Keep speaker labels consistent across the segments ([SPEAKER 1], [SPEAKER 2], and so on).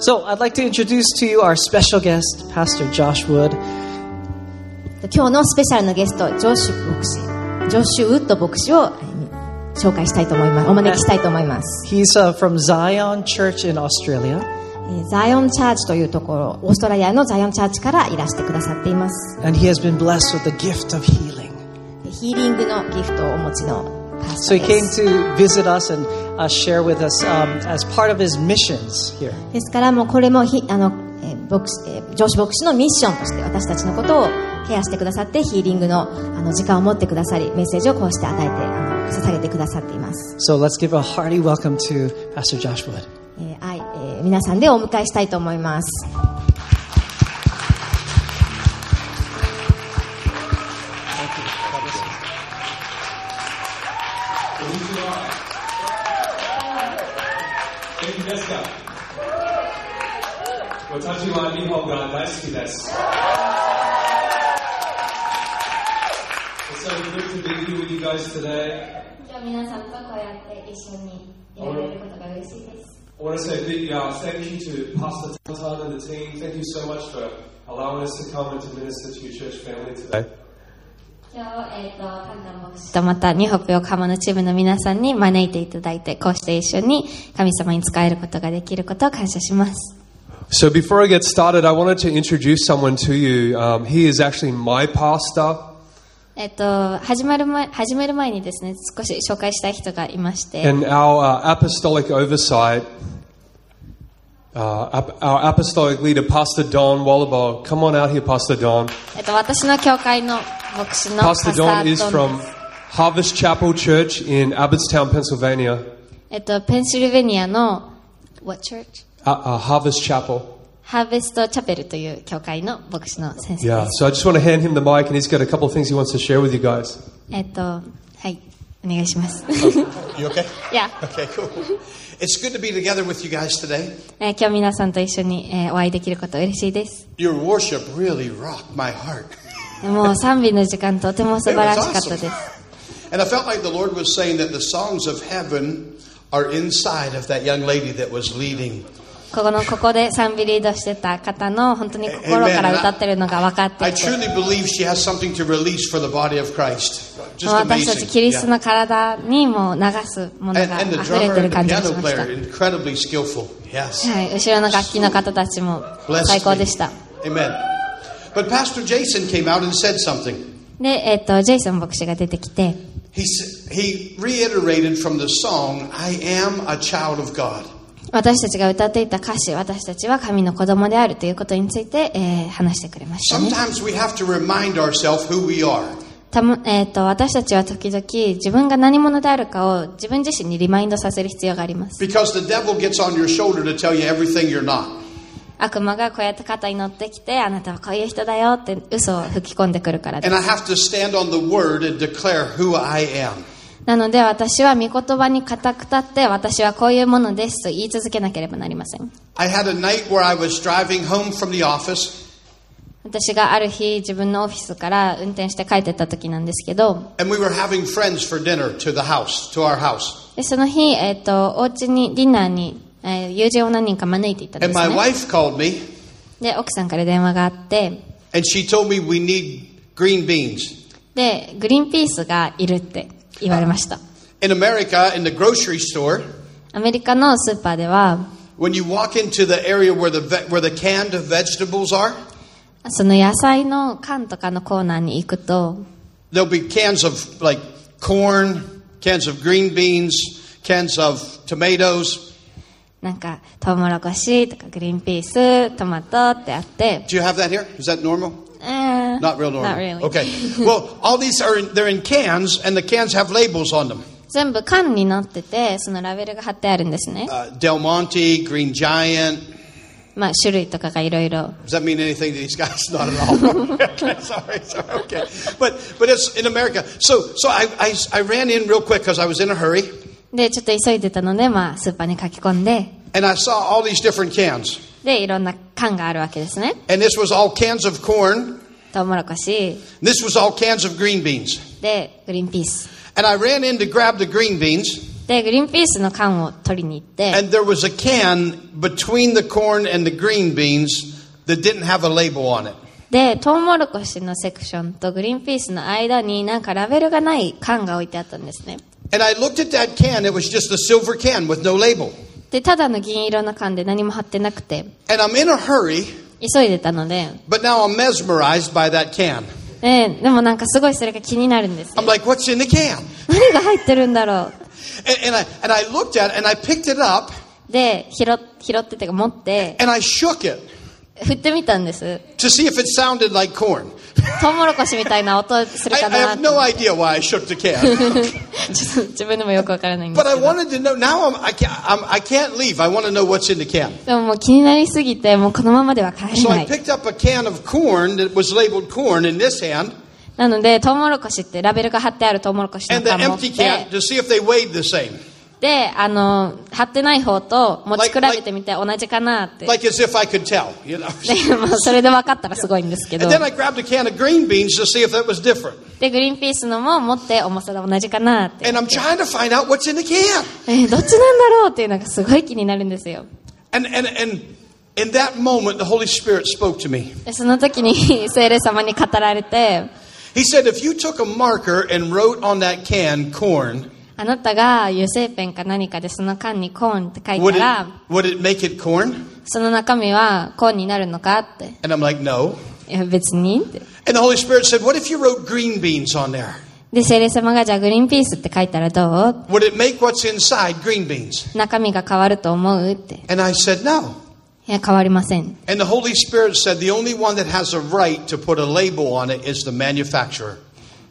[SPEAKER 1] So I'd like to introduce to you our special guest, Pastor Josh Wood.
[SPEAKER 2] 今日のスペシャルのゲストジョッシュ牧師ジョッシュ・ウッド牧師をえー紹介したいと思いますお招きしたいと思います、
[SPEAKER 1] He's uh, from Zion Church in Australia,
[SPEAKER 2] えーザイオンチャーチというところオーストラリアのザイオンチャーチからいらしてくださっています
[SPEAKER 1] and he has been blessed with the gift of healing.
[SPEAKER 2] ヒーリングのギフトをお持ちのパス
[SPEAKER 1] So
[SPEAKER 2] タ
[SPEAKER 1] he
[SPEAKER 2] で
[SPEAKER 1] came
[SPEAKER 2] す
[SPEAKER 1] to visit us and uh, share with us um, as part of his missions here.
[SPEAKER 2] ですからもうこれもひあの、えー牧師えー上司牧師のミッションとして私たちのことをケアしてくださってヒーリングのあの時間を持ってくださりメッセージをこうして与えてあの捧げてくださっています、
[SPEAKER 1] So let's give a hearty welcome to Pastor Josh Wood.
[SPEAKER 2] えー愛えー皆さんでお迎えしたいと思います
[SPEAKER 3] Thank you, Jessica. 私は日本が大好きです。It's so good to be here with you guys today.
[SPEAKER 4] 今日皆さんとこうやって一緒にいられることが嬉しいです。
[SPEAKER 3] I want to say a big uh, thank you to Pastor Tantan and the team. Thank you so much for allowing us to come and to minister to your church family today.
[SPEAKER 4] 今日、えっ、と、カンナ牧師
[SPEAKER 2] とまたニホップ横浜のチームの皆さんに招いていただいてこうして一緒に神様に仕えることができることを感謝します
[SPEAKER 3] So before I get started, I wanted to introduce someone to you. Um, he is actually my pastor.
[SPEAKER 2] えっと始まる前始める前にですね少し紹介したい人がいまして、
[SPEAKER 3] And our uh, apostolic oversight, uh, ap- our apostolic leader, Pastor Don Wallabaugh. Come on out here, Pastor Don.
[SPEAKER 2] えっと私の教会の牧師のパスタ
[SPEAKER 3] Pastor
[SPEAKER 2] ード
[SPEAKER 3] Don
[SPEAKER 2] ンで
[SPEAKER 3] is
[SPEAKER 2] す
[SPEAKER 3] from Harvest Chapel Church in Abbottstown, Pennsylvania.
[SPEAKER 2] えっとペンシルベニアの What Church?
[SPEAKER 3] Uh, uh, Harvest Chapel.
[SPEAKER 2] ハーベストチャペルという教会の牧師の先生
[SPEAKER 3] Yeah.
[SPEAKER 2] です、
[SPEAKER 3] So I just want to hand him the mic, and he's got a couple of things he wants to share with you guys.
[SPEAKER 2] えっとはいお願いします
[SPEAKER 5] You okay?
[SPEAKER 2] いや、
[SPEAKER 5] Okay, cool. It's good to be together with you guys today.
[SPEAKER 2] えー今日皆さんと一緒に、えーお会いできること嬉しいです
[SPEAKER 5] Your worship really rocked my heart.
[SPEAKER 2] もう賛美の時間とても素晴らしかったです
[SPEAKER 5] And I felt like the Lord was saying that the songs of heaven are inside of that young lady that was leading.
[SPEAKER 2] ここのここで賛美リードしてた方の本当に心から歌ってるのが分かって
[SPEAKER 5] I
[SPEAKER 2] いて
[SPEAKER 5] truly believe she has something to release for the body of Christ.
[SPEAKER 2] もう
[SPEAKER 5] Just
[SPEAKER 2] 私たちキ
[SPEAKER 5] amazing.
[SPEAKER 2] リスト
[SPEAKER 5] Yeah.
[SPEAKER 2] の体にもう流すもの
[SPEAKER 5] And,
[SPEAKER 2] が
[SPEAKER 5] and the
[SPEAKER 2] 溢れてる
[SPEAKER 5] drummer and the
[SPEAKER 2] 感じがし
[SPEAKER 5] piano
[SPEAKER 2] ました
[SPEAKER 5] player, incredibly skillful. Yes.
[SPEAKER 2] はい、後ろの楽器の方たちも
[SPEAKER 5] Bless
[SPEAKER 2] 最高でした
[SPEAKER 5] Amen. But Pastor Jason came out and said something.
[SPEAKER 2] で、えっとジェイソン牧師が出てきて
[SPEAKER 5] He, s- he reiterated from the song, I am a child of God.
[SPEAKER 2] 私たちが歌っていた歌詞私たちは神の子供であるということについて、えー話してくれましたね
[SPEAKER 5] Sometimes we have to remind ourselves who we are.
[SPEAKER 2] たも、えっと私たちは時々自分が何者であるかを自分自身にリマインドさせる必要があります
[SPEAKER 5] Because the devil gets on your shoulder to tell you everything you're not.
[SPEAKER 2] 悪魔がこうやって肩に乗ってきてあなたはこういう人だよって嘘を吹き込んでくるからで
[SPEAKER 5] And I
[SPEAKER 2] す
[SPEAKER 5] have to stand on the word and declare who I am.
[SPEAKER 2] なので私は御言葉に固く立って私はこういうものですと言い続けなければなりません
[SPEAKER 5] I had a night where I was driving home from the office,
[SPEAKER 2] 私がある日自分のオフィスから運転して帰ってった時なんですけど
[SPEAKER 5] and we were having friends for dinner to the house, to our house.
[SPEAKER 2] でその日、えっとお家にディナーに、えー友人を何人か招いていたんで
[SPEAKER 5] And
[SPEAKER 2] す
[SPEAKER 5] my
[SPEAKER 2] ね
[SPEAKER 5] wife called me,
[SPEAKER 2] で奥さんから電話があって
[SPEAKER 5] and she told me we need green beans.
[SPEAKER 2] でグリーンピースがいるって言われました、
[SPEAKER 5] In America, in the grocery store,
[SPEAKER 2] アメリカのスーパーでは
[SPEAKER 5] When you walk into the area where the ve- where the canned vegetables are,
[SPEAKER 2] その野菜の缶とかのコーナーに行くと
[SPEAKER 5] there'll be cans of like corn, cans of green beans, cans of tomatoes.
[SPEAKER 2] なんか、トウモロコシとかグリーンピース、トマトってあって、
[SPEAKER 5] Do you have that here? Is that normal?
[SPEAKER 2] えー
[SPEAKER 5] Not real normal.
[SPEAKER 2] Not really.
[SPEAKER 5] Okay. Well, all these are in, they're in cans, and the cans have labels on them.
[SPEAKER 2] 全部缶になってて、そのラベルが貼ってあるんですね。
[SPEAKER 5] Uh, Del Monte, Green Giant.
[SPEAKER 2] まあ、種類とかがいろいろ。
[SPEAKER 5] Does that mean anything to these guys? Not at all. okay, sorry, sorry. Okay, but but it's in America. So so I I, I ran in real quick because I was in a hurry,
[SPEAKER 2] で、ちょっと急いでたので、まあ、スーパーに書き込んで、
[SPEAKER 5] and I saw all these different cans.
[SPEAKER 2] で、いろんな缶があるわけですね。
[SPEAKER 5] And this was all cans of corn.
[SPEAKER 2] トウモロコシ、
[SPEAKER 5] This was all cans of green beans.
[SPEAKER 2] で、グリーンピース。
[SPEAKER 5] And I ran in to grab the green beans.
[SPEAKER 2] でグリーンピースの缶を取りに行って、
[SPEAKER 5] And there was a can between the corn and the green beans that didn't have a label on it.
[SPEAKER 2] でトウモロコシのセクションとグリーンピースの間になんかラベルがない缶が置いてあったんですね
[SPEAKER 5] And I looked at that can, it was just a silver can with no label.
[SPEAKER 2] でただの銀色の缶で何も貼ってなくて
[SPEAKER 5] And I'm in a hurry,
[SPEAKER 2] 急いでたので
[SPEAKER 5] but now I'm mesmerized by that can.
[SPEAKER 2] ででもなんかすごいそれが気になるんですよ
[SPEAKER 5] I'm like, what's in the can?
[SPEAKER 2] 何が入ってるんだろ
[SPEAKER 5] And, and, I, and I looked at it and I picked it up
[SPEAKER 2] うで拾っ拾っててか持って
[SPEAKER 5] and I shook it
[SPEAKER 2] 振ってみたんです
[SPEAKER 5] to see if it sounded like corn.
[SPEAKER 2] トウモロコシみたいな音する
[SPEAKER 5] I,
[SPEAKER 2] か
[SPEAKER 5] I
[SPEAKER 2] な
[SPEAKER 5] have
[SPEAKER 2] と
[SPEAKER 5] no idea why I shook the can.
[SPEAKER 2] ちょっと自分でもよくわからないんですけ
[SPEAKER 5] But I
[SPEAKER 2] ど
[SPEAKER 5] wanted to know. Now I'm, I, can't, I'm, I can't leave. I want to know what's in the can.
[SPEAKER 2] でももう気になりすぎてもうこのままでは帰れ
[SPEAKER 5] So
[SPEAKER 2] な
[SPEAKER 5] I
[SPEAKER 2] い
[SPEAKER 5] picked up a can of corn that was labeled corn in this hand
[SPEAKER 2] なのでトウモロコシってラベルが貼ってあるトウモロコシの
[SPEAKER 5] and the
[SPEAKER 2] 缶持って
[SPEAKER 5] empty can to see if they weighed the same.
[SPEAKER 2] であの貼ってない方と持ち比べてみて同じかなって
[SPEAKER 5] Like as if I could tell, you know.
[SPEAKER 2] で まあそれで分かったらすごいんですけど
[SPEAKER 5] And then I grabbed a can of green beans to see if that was different.
[SPEAKER 2] でグリーンピースのも持って重さが同じかなって
[SPEAKER 5] And I'm trying to find out what's in the can.
[SPEAKER 2] えーどっちなんだろうっていうのがすごい気になるんですよ
[SPEAKER 5] And, and, and in that moment, the Holy Spirit spoke to me.
[SPEAKER 2] でその時に聖霊様に語られて
[SPEAKER 5] He said, if you took a marker and wrote on that can corn,
[SPEAKER 2] あなたが油性ペンか何かでその缶にコーンって書い
[SPEAKER 5] would
[SPEAKER 2] たら
[SPEAKER 5] it, would it make it corn?
[SPEAKER 2] その中身はコーンになるのかって
[SPEAKER 5] And I'm like, no.
[SPEAKER 2] いや別にって
[SPEAKER 5] And the Holy Spirit said, what if you wrote green beans on there?
[SPEAKER 2] で聖霊様がじゃあグリーンピースって書いたらど
[SPEAKER 5] Would it make what's inside green beans?
[SPEAKER 2] う中身が変わると思うってい
[SPEAKER 5] And I said, no.
[SPEAKER 2] や変わりません
[SPEAKER 5] And the Holy Spirit said, the only one that has a right to put a label on it is the manufacturer.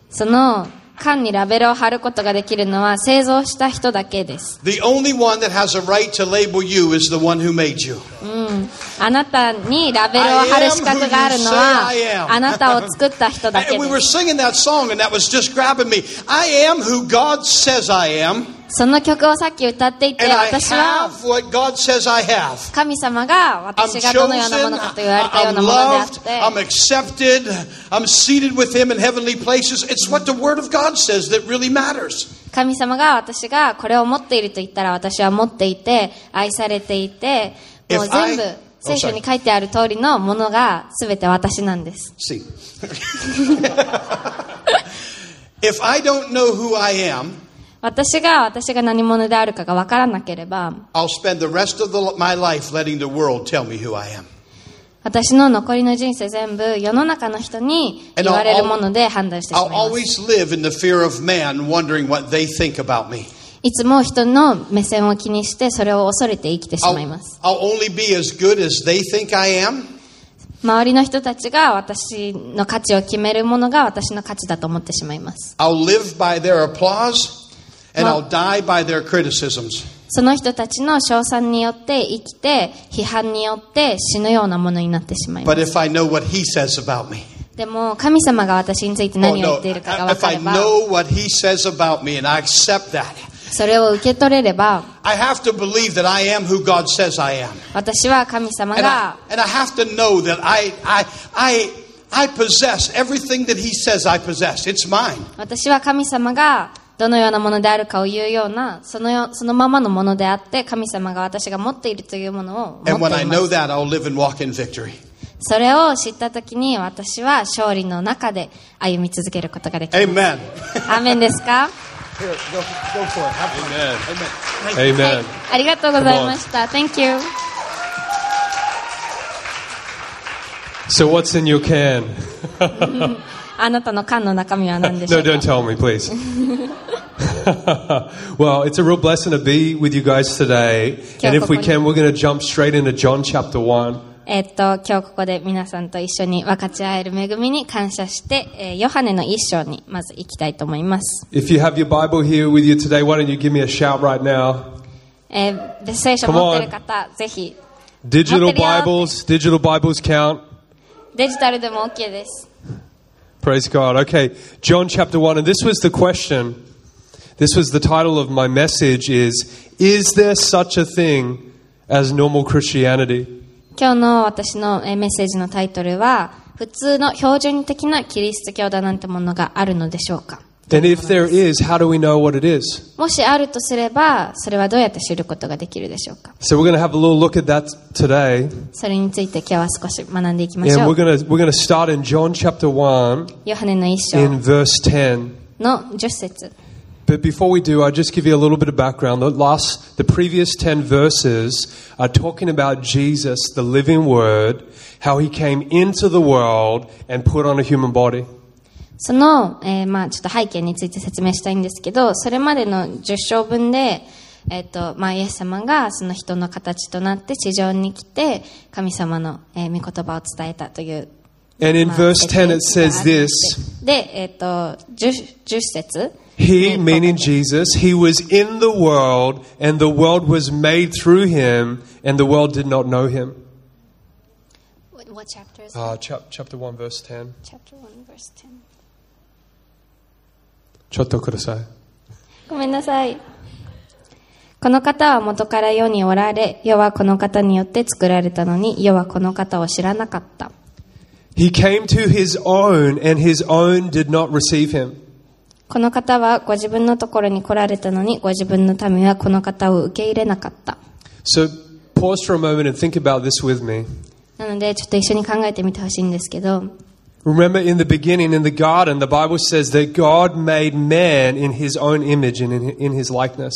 [SPEAKER 2] その缶にラベルを貼ることができるのは製造した人だけです、
[SPEAKER 5] The only one that has a right to label you is the one who made you.
[SPEAKER 2] うん、あなたにラベルを貼る資格があるの
[SPEAKER 5] I am who you say I am.
[SPEAKER 2] はあなたを作った人だけ
[SPEAKER 5] And
[SPEAKER 2] で
[SPEAKER 5] we were
[SPEAKER 2] す
[SPEAKER 5] singing that song, and that was just grabbing me. I am who God says I am,
[SPEAKER 2] その曲をさっき歌っていて
[SPEAKER 5] and I
[SPEAKER 2] 私は
[SPEAKER 5] have what God says I have.
[SPEAKER 2] 神様が
[SPEAKER 5] I'm
[SPEAKER 2] 私
[SPEAKER 5] chosen,
[SPEAKER 2] がどのようなものかと言われたよう
[SPEAKER 5] I'm
[SPEAKER 2] なものであ
[SPEAKER 5] loved,
[SPEAKER 2] っ
[SPEAKER 5] I'm
[SPEAKER 2] て
[SPEAKER 5] accepted, I'm seated with Him in heavenly places. It's what the Word of God says that really matters.
[SPEAKER 2] 神様が私がこれを持っていると言ったら私は持っていて愛されていてもう
[SPEAKER 5] If I-
[SPEAKER 2] 全部
[SPEAKER 5] Oh, sorry.
[SPEAKER 2] 聖書に書いてある通りのものが全て私なんです
[SPEAKER 5] See. if I don't know who I am,
[SPEAKER 2] 私が私が何者であるかが分からなければ
[SPEAKER 5] I'll spend the rest of the, my life letting the world tell me who I am.
[SPEAKER 2] 私の残りの人生全部世の中の人に言われるもので判断してしま
[SPEAKER 5] I'll
[SPEAKER 2] います
[SPEAKER 5] always live in the fear of man, wondering what they think about me.
[SPEAKER 2] いつも人の目線を気にしてそれを恐れて生きてしまいま
[SPEAKER 5] I'll,
[SPEAKER 2] す
[SPEAKER 5] I'll only be as good as they think I am.
[SPEAKER 2] 周りの人たちが私の価値を決めるものが私の価値だと思ってしまいます
[SPEAKER 5] I'll live by their applause, and
[SPEAKER 2] Well-
[SPEAKER 5] I'll die by their criticisms.
[SPEAKER 2] その人たちの称賛によって生きて批判によって死ぬようなものになってしまいま
[SPEAKER 5] But
[SPEAKER 2] す
[SPEAKER 5] if I know what he says about me,
[SPEAKER 2] でも神様が私について
[SPEAKER 5] oh
[SPEAKER 2] 何を言
[SPEAKER 5] no,
[SPEAKER 2] っているかが分
[SPEAKER 5] if
[SPEAKER 2] か
[SPEAKER 5] I
[SPEAKER 2] れば
[SPEAKER 5] know what he says about me and I accept that,
[SPEAKER 2] それを受け取れれば
[SPEAKER 5] I have to believe that I am who God says I am.
[SPEAKER 2] 私は神様
[SPEAKER 5] And I,
[SPEAKER 2] が
[SPEAKER 5] and I have to know that I, I, I, I possess everything that he says I possess. It's mine.
[SPEAKER 2] 私は神様がどのようなものであるかを言うようなそのよそのままのものであって神様が私が持っているというものを持
[SPEAKER 5] And
[SPEAKER 2] っ
[SPEAKER 5] when
[SPEAKER 2] て
[SPEAKER 5] I
[SPEAKER 2] いま
[SPEAKER 5] know
[SPEAKER 2] す
[SPEAKER 5] that, I'll live and walk in victory.
[SPEAKER 2] それを知った時に私は勝利の中で歩み続けることができる
[SPEAKER 5] Amen.
[SPEAKER 2] アーメンですか
[SPEAKER 5] Here, go, go for it. Have
[SPEAKER 3] Amen.
[SPEAKER 5] fun. Amen. Thank you.
[SPEAKER 3] Amen.
[SPEAKER 2] ありがとうございました Thank you
[SPEAKER 3] So, what's in your can?
[SPEAKER 2] あなたの缶の中身は何でしょ
[SPEAKER 3] No,
[SPEAKER 2] うか
[SPEAKER 3] don't tell me, please. well, it's a real blessing to be with you guys today. And if we can, we're going to jump straight into John chapter 1.
[SPEAKER 2] えっと今日ここで皆さんと一緒に分かち合える恵みに感謝して、えーヨハネの一章にまず行きたいと思います
[SPEAKER 3] If you have your Bible here with you today, why don't you give me a shout right now?
[SPEAKER 2] えーで聖書
[SPEAKER 3] Come on.
[SPEAKER 2] 持ってる方ぜひ Material.
[SPEAKER 3] Digital Bibles, digital Bibles count.
[SPEAKER 2] デジタルでも OK です。
[SPEAKER 3] Praise God. Okay, John chapter 1 and this was the question. This was the title of my message is is there such a thing as normal Christianity?
[SPEAKER 2] 今日の私のえーメッセージのタイトルは、普通の標準的なキリスト教だなんてものがあるのでしょうか
[SPEAKER 3] Then if there is, how do we know what it is?
[SPEAKER 2] もしあるとすれば、それはどうやって知ることができるでしょうか
[SPEAKER 3] So we're going to have a little look at that today,
[SPEAKER 2] それについて今日は少し学んでいきまし
[SPEAKER 3] and
[SPEAKER 2] ょ
[SPEAKER 3] we're
[SPEAKER 2] う。
[SPEAKER 3] going to we're going to start in John chapter one
[SPEAKER 2] ヨハネの一
[SPEAKER 3] in
[SPEAKER 2] 章
[SPEAKER 3] verse ten.
[SPEAKER 2] の10節
[SPEAKER 3] But before we do, I'll just give you a little bit of background. The last, the previous ten verses are talking about Jesus, the living Word, how he came into the world and put on a human body.
[SPEAKER 2] その、えーまあちょっと背景について説明したいんですけど、それまでの10章分で、えっ、と、まあイエス様がその人の形となって地上に来て、神様の、えー御言葉を伝えたという。
[SPEAKER 3] And in
[SPEAKER 2] まあ
[SPEAKER 3] verse 10, it
[SPEAKER 2] 説明
[SPEAKER 3] says this
[SPEAKER 2] で、えっ、と、10, 10節
[SPEAKER 3] He, meaning Jesus, he was in the world, and the world was made through him, and the world did not know him.
[SPEAKER 2] What chapter is that?
[SPEAKER 3] Uh, chap- chapter 1, verse 10.
[SPEAKER 2] Chapter 1, verse 10.
[SPEAKER 3] ちょっとください。
[SPEAKER 2] ごめんなさい。この方は元から世におられ、世はこの方によって作られたのに、世はこの方を知らなかった。
[SPEAKER 3] He came to his own, and his own did not receive him.
[SPEAKER 2] この方はご自分のところに来られたのに、ご自分の民はこの方を受け入れなかった。
[SPEAKER 3] So pause for a moment and think about this with me.
[SPEAKER 2] なので、ちょっと一緒に考えてみてほしいんですけど、
[SPEAKER 3] Remember in the beginning, in the garden, the Bible says that God made man in his own image and in, in his likeness.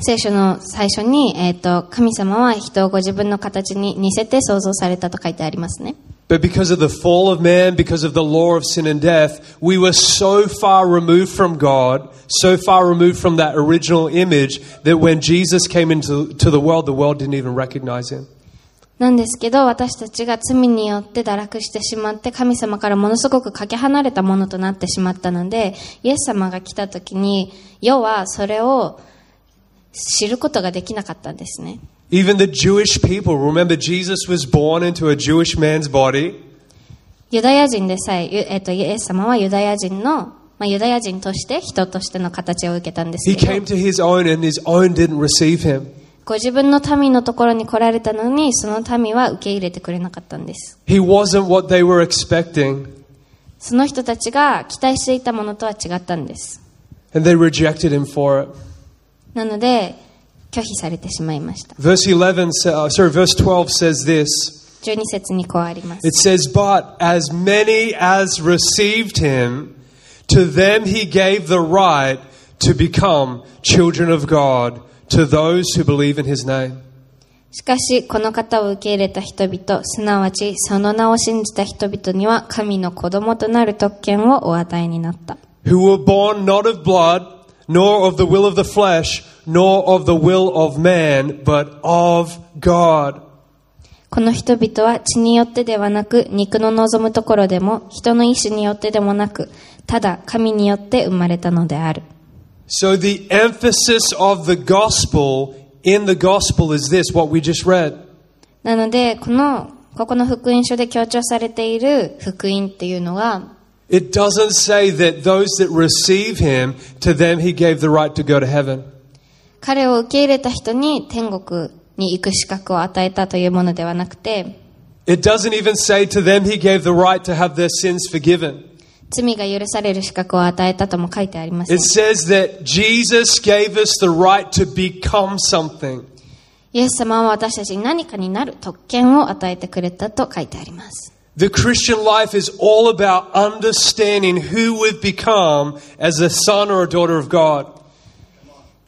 [SPEAKER 2] 聖書の最初に、えっ、と、神様は人をご自分の形に似せて創造されたと書いてありますね。
[SPEAKER 3] But because of the fall of man, because of the law of sin and death, we were so far removed from God, so far removed from that original image, that when Jesus came into to the world, the world didn't even recognize him.
[SPEAKER 2] なんですけど、私たちが罪によって堕落してしまって、神様からものすごくかけ離れたものとなってしまったので、イエス様が来た時に、世はそれを知ることができなかったんですね。
[SPEAKER 3] Even the Jewish people, remember Jesus was born into a Jewish man's body.
[SPEAKER 2] ユダヤ人でさえ、ゆえっと、イエス様はユダヤ人の、まあ、ユダヤ人として人としての形を受けたんで
[SPEAKER 3] He
[SPEAKER 2] すけ
[SPEAKER 3] came
[SPEAKER 2] ど、
[SPEAKER 3] to his own and his own didn't receive him.
[SPEAKER 2] ご自分の民のところに来られたのに、その民は受け入れてくれなかったんです。
[SPEAKER 3] He wasn't what they were expecting
[SPEAKER 2] その人たちが期待していたものとは違ったんです。
[SPEAKER 3] and they rejected him for it.
[SPEAKER 2] なので、拒否されてしまいました。
[SPEAKER 3] Verse 11 sa- uh, sorry verse 12 says this.
[SPEAKER 2] 12節にこうあります。
[SPEAKER 3] It says but as many as received him to them he gave the right to become children of God to those who believe in his name.
[SPEAKER 2] しかし、この方を受け入れた人々、すなわちその名を信じた人々には、神の子供となる特権をお与えになった。
[SPEAKER 3] Who were born not of blood nor of the will of the flesh nor of the will of man but of God.
[SPEAKER 2] この人々は血によってではなく、肉の望むところでも、人の意志によってでもなく、ただ神によって生まれたのである。
[SPEAKER 3] So the emphasis of the gospel in the gospel is this what we just read.
[SPEAKER 2] なので、この、ここの福音書で強調されている福音っていうのは、
[SPEAKER 3] It doesn't say that those that receive him to them he gave the right to go to heaven.
[SPEAKER 2] 彼を受け入れた人に天国に行く資格を与えたというものではなくて、
[SPEAKER 3] It doesn't even say to them he gave the right to have their sins forgiven.
[SPEAKER 2] 罪が許される資格を与えたとも書いてあります
[SPEAKER 3] It says that Jesus gave us the right to become something.
[SPEAKER 2] イエス様は私たちに何かになる特権を与えてくれたと書いてあります
[SPEAKER 3] The Christian life is all about understanding who we've become as a son or a daughter of God.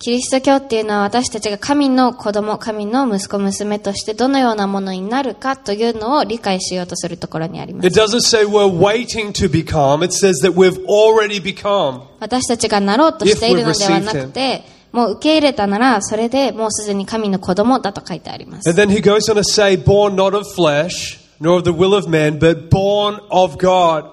[SPEAKER 2] キリスト教っていうのは私たちが神の子供神の息子娘としてどのようなものになるかというのを理解しようとするところにありま
[SPEAKER 3] It
[SPEAKER 2] す
[SPEAKER 3] doesn't say we're waiting to become, it says that we've already become.
[SPEAKER 2] 私たちがなろうとしているのではなく
[SPEAKER 3] If we
[SPEAKER 2] てもう受け入れたならそれでもうすでに神の子供だと書いてあります
[SPEAKER 3] And then he goes on to say, born not of flesh, nor of the will of man, but born of God.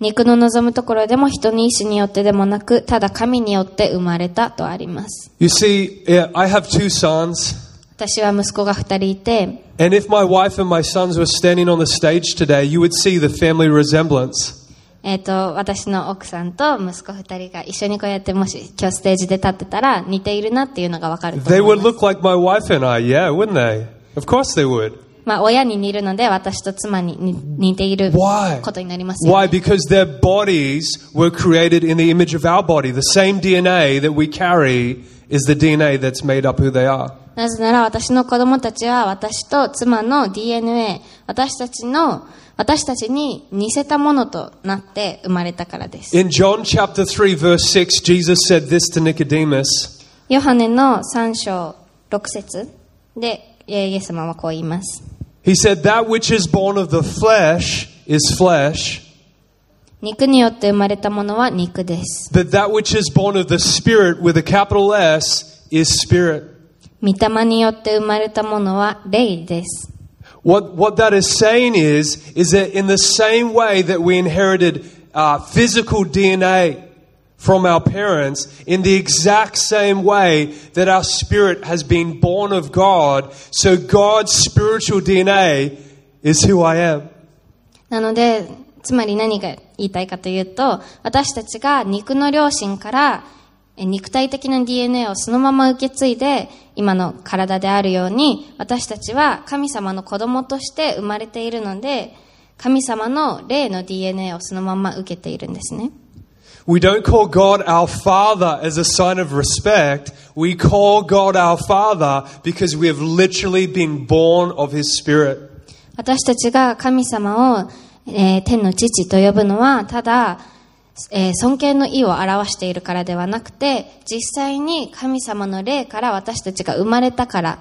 [SPEAKER 2] 肉の望むところでも人に意志によってでもなくただ神によって生まれたとあります
[SPEAKER 3] You see, yeah, I have two sons,
[SPEAKER 2] 私は息子が二人いて
[SPEAKER 3] and if my wife and my sons were standing on the stage today, you would see the family resemblance.
[SPEAKER 2] えっと私の奥さんと息子二人が一緒にこうやってもし今日ステージで立ってたら似ているなっていうのがわかると
[SPEAKER 3] They
[SPEAKER 2] 思い
[SPEAKER 3] would
[SPEAKER 2] ます
[SPEAKER 3] look like my wife and I, yeah, wouldn't they? Of course they would.
[SPEAKER 2] まあ、親に似るので、私と妻に似似ている
[SPEAKER 3] Why?
[SPEAKER 2] ことになりますよ
[SPEAKER 3] Why?
[SPEAKER 2] ね、
[SPEAKER 3] Because their bodies were created in the image of our body. The same DNA that we carry is the DNA that's made up who they are.
[SPEAKER 2] なぜなら、私の子供たちは、私と妻の DNA、私たちの、私たちに似せたものとなって生まれたからです。
[SPEAKER 3] In John chapter 3 verse 6, Jesus said this to Nicodemus.
[SPEAKER 2] ヨハネの3章6節で、えーイエス様はこう言います。
[SPEAKER 3] He said, that which is born of the flesh is flesh,
[SPEAKER 2] 肉によって生まれたものは肉です。
[SPEAKER 3] but that which is born of the spirit with a capital S is spirit.
[SPEAKER 2] 御霊によって生まれたものは霊です。
[SPEAKER 3] What, what that is saying is, is that in the same way that we inherited uh, physical DNA from our parents, in the exact same way that our spirit has been born of God, so God's spiritual DNA is who I am.
[SPEAKER 2] なので、つまり何が言いたいかというと、私たちが肉の両親からえ肉体的な DNA をそのまま受け継いで、今の体であるように、私たちは神様の子供として生まれているので、神様の霊の DNA をそのまま受けているんですね。
[SPEAKER 3] We don't call God our Father as a sign of respect. We call God our Father because we have literally been born of His Spirit.
[SPEAKER 2] 私たちが神様を、えー天の父と呼ぶのはただ、えー尊敬の意を表しているからではなくて実際に神様の霊から私たちが生まれたから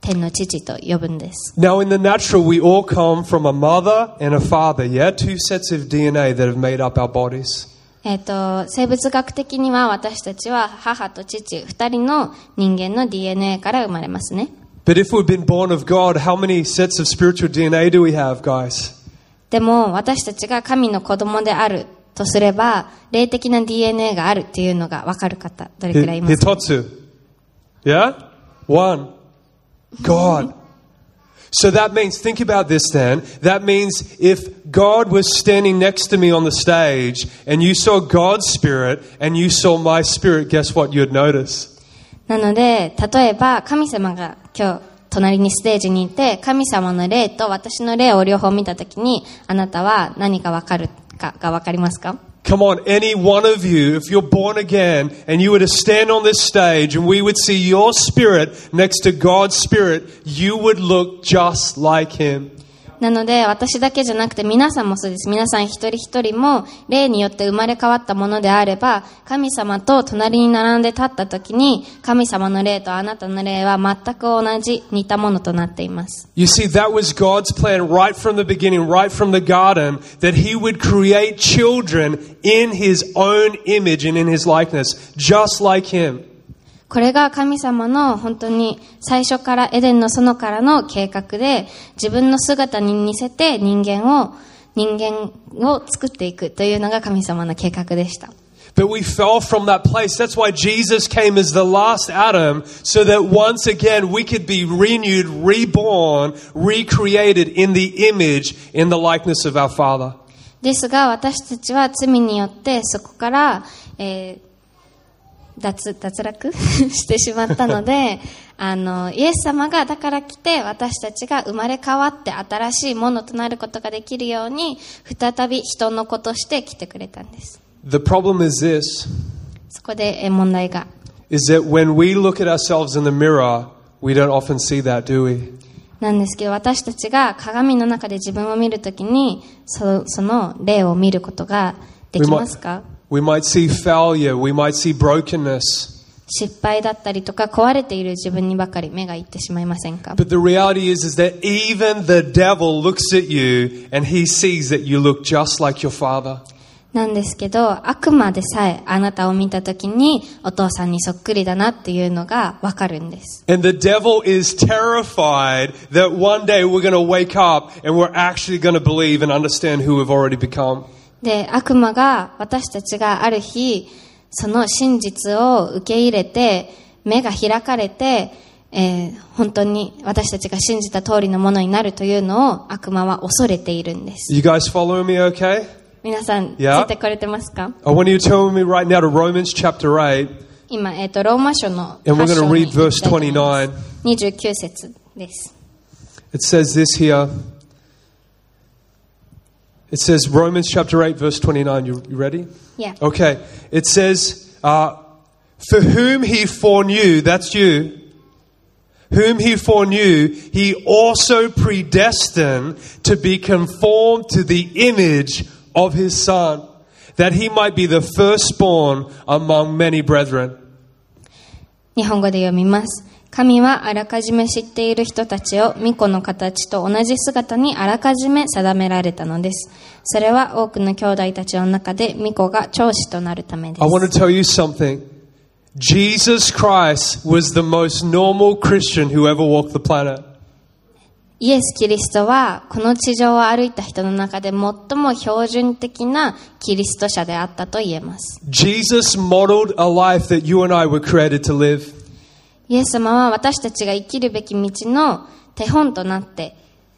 [SPEAKER 2] 天の父と呼ぶんです
[SPEAKER 3] Now, in the natural, we all come from a mother and a father, yeah? Two sets of DNA that have made up our bodies.
[SPEAKER 2] えっ、と生物学的には私たちは母と父二人の人間の DNA から生まれますね
[SPEAKER 3] But if we've been born of God, how many sets of spiritual DNA do we have, guys?
[SPEAKER 2] でも私たちが神の子供であるとすれば霊的な DNA があるっていうのが分かる方どれ
[SPEAKER 3] Hi-
[SPEAKER 2] くらいいますか
[SPEAKER 3] Hitotsu. Yeah? One. God. So that means, think about this then. That means if God was standing next to me on the stage and you saw God's spirit and you saw my spirit, guess what you'd notice?
[SPEAKER 2] なので、例えば神様が今日隣にステージにいて、神様の霊と私の霊を両方見たときに、あなたは何がわかるかがわかりますか
[SPEAKER 3] Come on, any one of you, if you're born again and you were to stand on this stage and we would see your spirit next to God's spirit, you would look just like Him.
[SPEAKER 2] なので、私だけじゃなくて皆さんもそうです。皆さん一人一人も霊によって生まれ変わったものであれば、神様と隣に並んで立ったときに、神様の霊とあなたの霊は全く同じ似たものとなっています。
[SPEAKER 3] You see, that was God's plan right from the beginning, right from the garden, that He would create children in His own image and in His likeness, just like Him.
[SPEAKER 2] これが神様の本当に最初からエデンの園からの計画で自分の姿に似せて人間を人間を作っていくというのが神様の計画でした
[SPEAKER 3] But we fell from that place. That's why Jesus came as the last Adam, so that once again we could be renewed, reborn, recreated in the image, in the likeness of our Father.
[SPEAKER 2] ですが私たちは罪によってそこから、えー脱脱落 してしまったのであのイエス様がだから来て私たちが生まれ変わって新しいものとなることができるように再び人の子として来てくれたんです
[SPEAKER 3] The problem is this,
[SPEAKER 2] そこでえー問題が
[SPEAKER 3] is that when we look at ourselves in the mirror, we don't often see that, do we?
[SPEAKER 2] なんですけど私たちが鏡の中で自分を見るときにそその霊を見ることがで
[SPEAKER 3] We
[SPEAKER 2] きます
[SPEAKER 3] might,
[SPEAKER 2] か
[SPEAKER 3] we might see failure, we might see brokenness.
[SPEAKER 2] 失敗だったりとか壊れている自分にばかり目がいってしまいませんか
[SPEAKER 3] But the reality is, is that even the devil looks at you and he sees that you look just like your Father.
[SPEAKER 2] なんですけど悪魔でさえあなたを見たときにお父さんにそっくりだなっていうのがわかるんです
[SPEAKER 3] And the devil is terrified that one day we're going to wake up and we're actually going to believe and understand who we've already become.
[SPEAKER 2] で悪魔が私たちがある日その真実を受け入れて目が開かれて、えー本当に私たちが信じた通りのものになるというのを悪魔は恐れているんです
[SPEAKER 3] You guys following me okay?
[SPEAKER 2] 皆さんつ
[SPEAKER 3] Yeah.
[SPEAKER 2] いてこれてますか
[SPEAKER 3] I want you to turn with me right now to Romans chapter 8,
[SPEAKER 2] 今、えー、とローマ書の
[SPEAKER 3] and
[SPEAKER 2] 8
[SPEAKER 3] we're going to
[SPEAKER 2] 章に
[SPEAKER 3] read
[SPEAKER 2] 行
[SPEAKER 3] verse
[SPEAKER 2] きたいと思います
[SPEAKER 3] 29.
[SPEAKER 2] 29節です
[SPEAKER 3] It It says this here. It says Romans chapter 8, verse 29. You, you ready?
[SPEAKER 2] Yeah.
[SPEAKER 3] Okay. It says, uh, For whom he foreknew, that's you, whom he foreknew, he also predestined to be conformed to the image of his son, that he might be the firstborn among many brethren.
[SPEAKER 2] 日本語で読みます。神はあらかじめ知っている人たちを巫女の形と同じ姿にあらかじめ定められたのです。それは多くの兄弟たちの中で巫女が長子となるためです
[SPEAKER 3] I。want to tell you something. Jesus Christ was the most normal Christian who ever walked the planet.
[SPEAKER 2] イエス・キリストはこの地上を歩いた人の中で最も標準的なキリスト者であったと言えます。
[SPEAKER 3] Jesus modeled a life that you and I were created to live.
[SPEAKER 2] イエス様は私たちが生きるべき道の手本となって、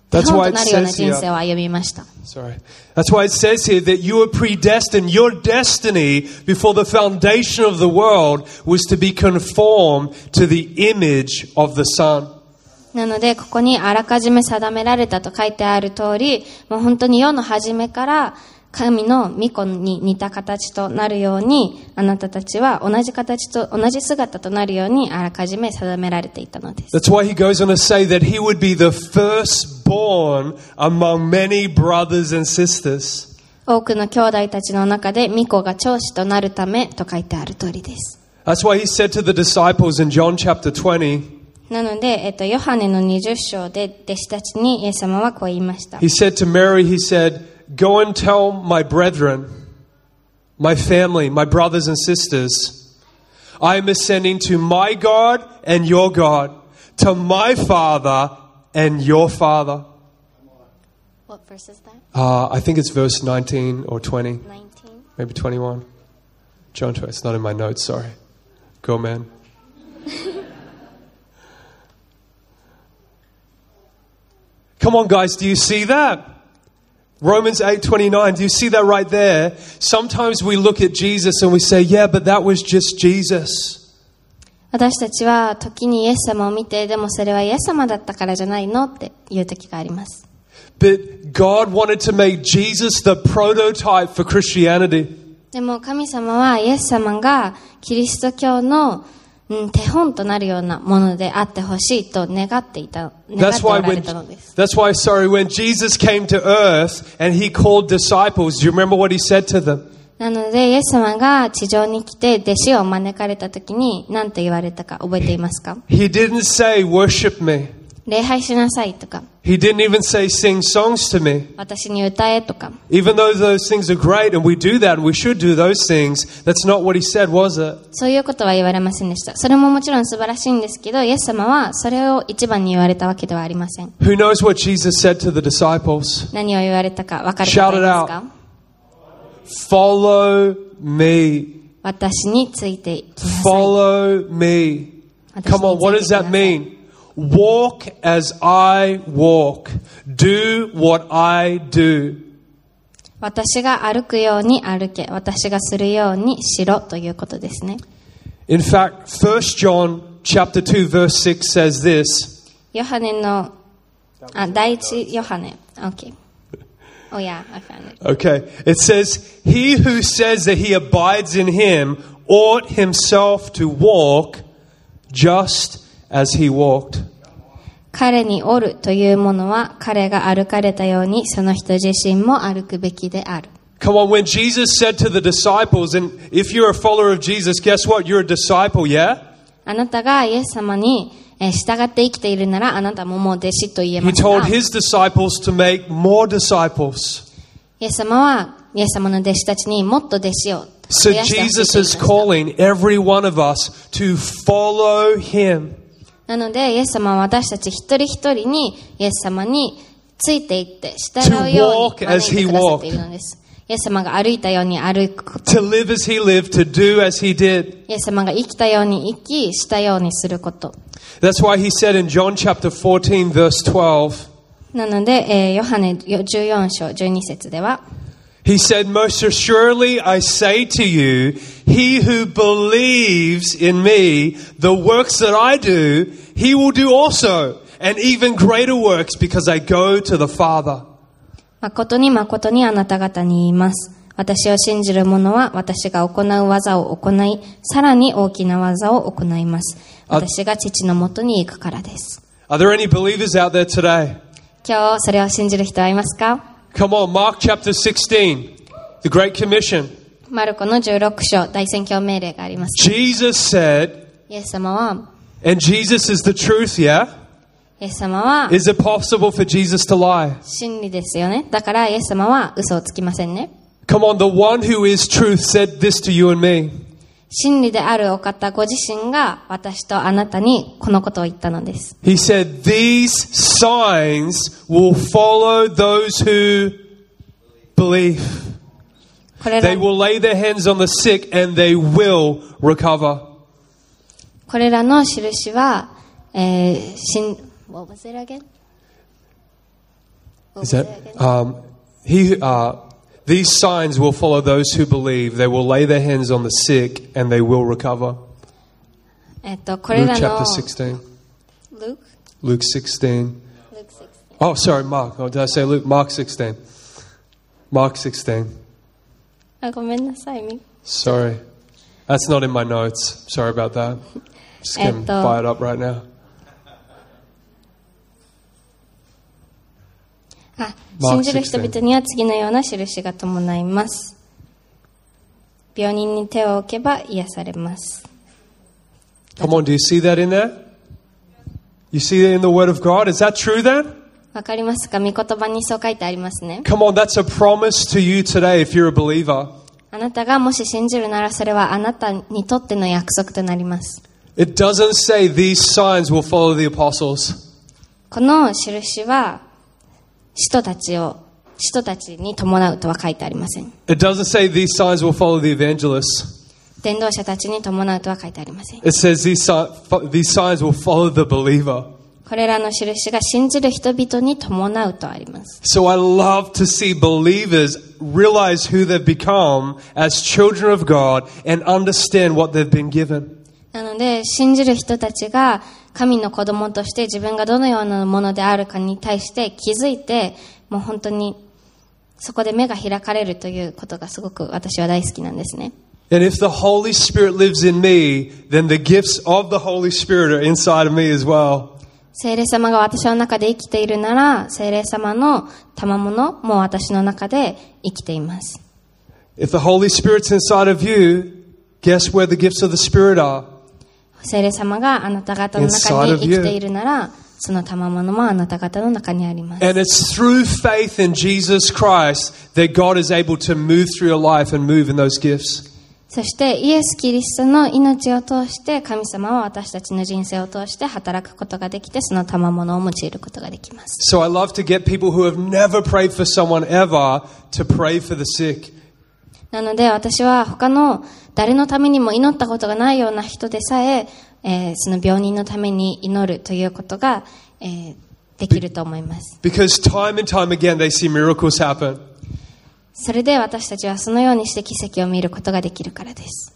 [SPEAKER 2] 手
[SPEAKER 3] That's
[SPEAKER 2] 本
[SPEAKER 3] why
[SPEAKER 2] と
[SPEAKER 3] it
[SPEAKER 2] なるような
[SPEAKER 3] says
[SPEAKER 2] 人
[SPEAKER 3] here.
[SPEAKER 2] 生を歩みました。
[SPEAKER 3] Sorry. That's why it says here that you were predestined. Your destiny before the foundation of the world was to be conformed to the image of the Son.
[SPEAKER 2] なので、ここにあらかじめ定められたと書いてある通り、もう本当に世の初めから神の御子に似た形となるように、あなたたちは同じ形と同じ姿となるようにあらかじめ定められていたのです。
[SPEAKER 3] That's why he goes on to say that he would be the firstborn among many brothers and sisters.
[SPEAKER 2] 多くの兄弟たちの中で巫女が長子となるためと書いてある通りです。
[SPEAKER 3] That's why he said to the disciples in John chapter 20,
[SPEAKER 2] なので、えっと、ヨハネの20章で弟子たちにイエス様はこう言いました
[SPEAKER 3] he。said to Mary, he said, Go and tell my brethren, my family, my brothers and sisters, I am ascending to my God and your God, to my Father and your Father.
[SPEAKER 2] What verse is that?
[SPEAKER 3] Uh, I think it's verse 19 or 20,
[SPEAKER 2] 19?
[SPEAKER 3] maybe 21. John 20, it's not in my notes, sorry. Go, man. Come on, guys, do you see that? Romans 8:29, do you see that right there? Sometimes we look at Jesus and we say, "Yeah, but that was just Jesus."
[SPEAKER 2] 私たちは時にイエス様を見て、でもそれはイエス様だったからじゃないのっていう時があります。
[SPEAKER 3] But God wanted to make Jesus the prototype for Christianity.
[SPEAKER 2] でも神様はイエス様がキリスト教の、うん、手本となるようなものであってほしいと願っていた、願っ
[SPEAKER 3] That's
[SPEAKER 2] てお
[SPEAKER 3] why
[SPEAKER 2] られ
[SPEAKER 3] when
[SPEAKER 2] たのです。
[SPEAKER 3] That's why sorry when Jesus came to earth and he called disciples, do you remember what he said to them?
[SPEAKER 2] なので、イエス様が地上に来て弟子を招かれた時に何と言われたか覚えていますか
[SPEAKER 3] He didn't say worship me.
[SPEAKER 2] 礼拝しなさいとか、
[SPEAKER 3] He didn't even say sing songs to me.
[SPEAKER 2] 私に歌えとか。
[SPEAKER 3] Even though those things are great and we do that and we should do those things, that's not what he said, was it?
[SPEAKER 2] そういうことは言われませんでした。それももちろん素晴らしいんですけど、イエス様はそれを一番に言われたわけではありません。
[SPEAKER 3] Who knows what Jesus said to the disciples?
[SPEAKER 2] 何を言われたか分かる方いますか
[SPEAKER 3] Follow me.
[SPEAKER 2] 私についていきなさい。
[SPEAKER 3] Follow me. Come on, what does that mean? Walk as I walk. Do what I do.
[SPEAKER 2] 私が歩くように歩け、私がするようにしろということですね。
[SPEAKER 3] In fact, 1 John chapter 2 verse 6 says this.
[SPEAKER 2] ヨハネの、あ、第一ヨハネ。OK。おや、I found it.
[SPEAKER 3] Okay. It says, "He who says that he abides in him ought himself to walk just as he walked."
[SPEAKER 2] 彼におるというものは彼が歩かれたようにその人自身も歩くべきである。
[SPEAKER 3] Come on, when Jesus said to the disciples, and if you're a follower of Jesus, guess what? You're a disciple, yeah?
[SPEAKER 2] あなたがイエス様にえー従って生きているならあなたももう弟子と言え
[SPEAKER 3] He
[SPEAKER 2] ますが
[SPEAKER 3] told his disciples to make more disciples.
[SPEAKER 2] イエス様はイエス様の弟子たちにもっと弟子を
[SPEAKER 3] So
[SPEAKER 2] 増やしてほしいと
[SPEAKER 3] Jesus
[SPEAKER 2] 言いま
[SPEAKER 3] is
[SPEAKER 2] した
[SPEAKER 3] calling every one of us to follow him.
[SPEAKER 2] なのでイエス様は私たち一人一人にイエス様についていって従うよう
[SPEAKER 3] To walk
[SPEAKER 2] に
[SPEAKER 3] as
[SPEAKER 2] 歩
[SPEAKER 3] he
[SPEAKER 2] いてくださっているのですイエス様が歩いたように歩くこと
[SPEAKER 3] To live as he lived, to do as he did.
[SPEAKER 2] イエス様が生きたように生きしたようにすること
[SPEAKER 3] That's why he said in John chapter 14 verse 12,
[SPEAKER 2] なので、えーヨハネ14章12節では
[SPEAKER 3] he said, most assuredly I say to you, he who believes in me, the works that I do, he will do also, and even greater works because I go to the Father.
[SPEAKER 2] 誠に誠にあなた方に言います。私を信じる者は私が行う技を行い、さらに大きな技を行います。
[SPEAKER 3] あ
[SPEAKER 2] 私が父のもとに行くからです。
[SPEAKER 3] Are there any believers out there today?
[SPEAKER 2] 今日、それを信じる人はいますか
[SPEAKER 3] Come on, Mark chapter 16, the Great Commission.
[SPEAKER 2] マルコの16章、大宣教命令があります。
[SPEAKER 3] Jesus said,
[SPEAKER 2] イエス様は、
[SPEAKER 3] and Jesus is the truth, yeah?
[SPEAKER 2] イエス様は、
[SPEAKER 3] Is it possible for Jesus to lie?
[SPEAKER 2] 真理ですよね。だから、イエス様は嘘をつきませんね。
[SPEAKER 3] Come on, the one who is truth said this to you and me.
[SPEAKER 2] 真理であるお方ご自身が私とあなたにこのことを言ったのです。
[SPEAKER 3] He said, These signs will follow those who believe.
[SPEAKER 2] これら
[SPEAKER 3] They will lay their hands on the sick and they will recover.
[SPEAKER 2] これらの印は、えー、しん、What was it again? What
[SPEAKER 3] Is
[SPEAKER 2] was
[SPEAKER 3] that
[SPEAKER 2] it again?
[SPEAKER 3] um, he? Uh, these signs will follow those who believe. They will lay their hands on the sick and they will recover.
[SPEAKER 2] えっと、これ
[SPEAKER 3] Luke
[SPEAKER 2] らの
[SPEAKER 3] chapter、sixteen.
[SPEAKER 2] Luke?
[SPEAKER 3] Luke sixteen.
[SPEAKER 2] Luke 16.
[SPEAKER 3] Oh, sorry, Mark. Oh, did I say Luke? Mark sixteen. Mark sixteen.
[SPEAKER 2] あ、ごめんなさい。み
[SPEAKER 3] Sorry, that's not in my notes. Sorry about that. Just getting
[SPEAKER 2] Eto.
[SPEAKER 3] fired up right now.
[SPEAKER 2] あ、
[SPEAKER 3] Mark
[SPEAKER 2] 信じる人々には次のような印が伴います。病人に手を置けば癒されます。
[SPEAKER 3] Come on, do you see that in there? You see that in the Word of God? Is that true then?
[SPEAKER 2] わかりますか御言葉にそう書いてありますね。
[SPEAKER 3] Come on, that's a promise to you today if you're a believer.
[SPEAKER 2] あなたがもし信じるならそれはあなたにとっての約束となります。
[SPEAKER 3] It doesn't say these signs will follow the apostles.
[SPEAKER 2] この印は、使徒たちを、使徒たちに伴うとは書いてありません。
[SPEAKER 3] It doesn't say these signs will follow the evangelists.
[SPEAKER 2] 伝道者たちに伴うとは書いてありません。
[SPEAKER 3] It says these, si- fo- these signs will follow the believer.
[SPEAKER 2] これらの印が信じる人々に伴うとあります。
[SPEAKER 3] So I love to see believers realize who they've become as children of God and understand what they've been given.
[SPEAKER 2] なので、信じる人たちが神の子供として自分がどのようなものであるかに対して気づいて、もう本当にそこで目が開かれるということがすごく私は大好きなんですね。
[SPEAKER 3] And if the Holy Spirit lives in me, then the gifts of the Holy Spirit are inside of me as well.
[SPEAKER 2] 聖霊様が私の中で生きているなら、聖霊様の賜物も私の中で生きています。
[SPEAKER 3] If the Holy Spirit's inside of you, guess where the gifts of the Spirit are?
[SPEAKER 2] 聖霊様があなた方の中
[SPEAKER 3] Inside
[SPEAKER 2] に
[SPEAKER 3] of
[SPEAKER 2] 生
[SPEAKER 3] you.
[SPEAKER 2] きているなら、その賜物もあなた方の中にあります。
[SPEAKER 3] And it's through faith in Jesus Christ that God is able to move through your life and move in those gifts.
[SPEAKER 2] そしてイエス・キリストの命を通して神様は私たちの人生を通して働くことができてその賜物を用いることができます。
[SPEAKER 3] So I love to get people who have never prayed for someone ever to pray for the sick.
[SPEAKER 2] なので私は他の誰のためにも祈ったことがないような人でさええーその病人のために祈るということが、えーできると思います。
[SPEAKER 3] Because time and time again they see miracles happen.
[SPEAKER 2] それで私たちはそのようにして奇跡を見ることができるからです。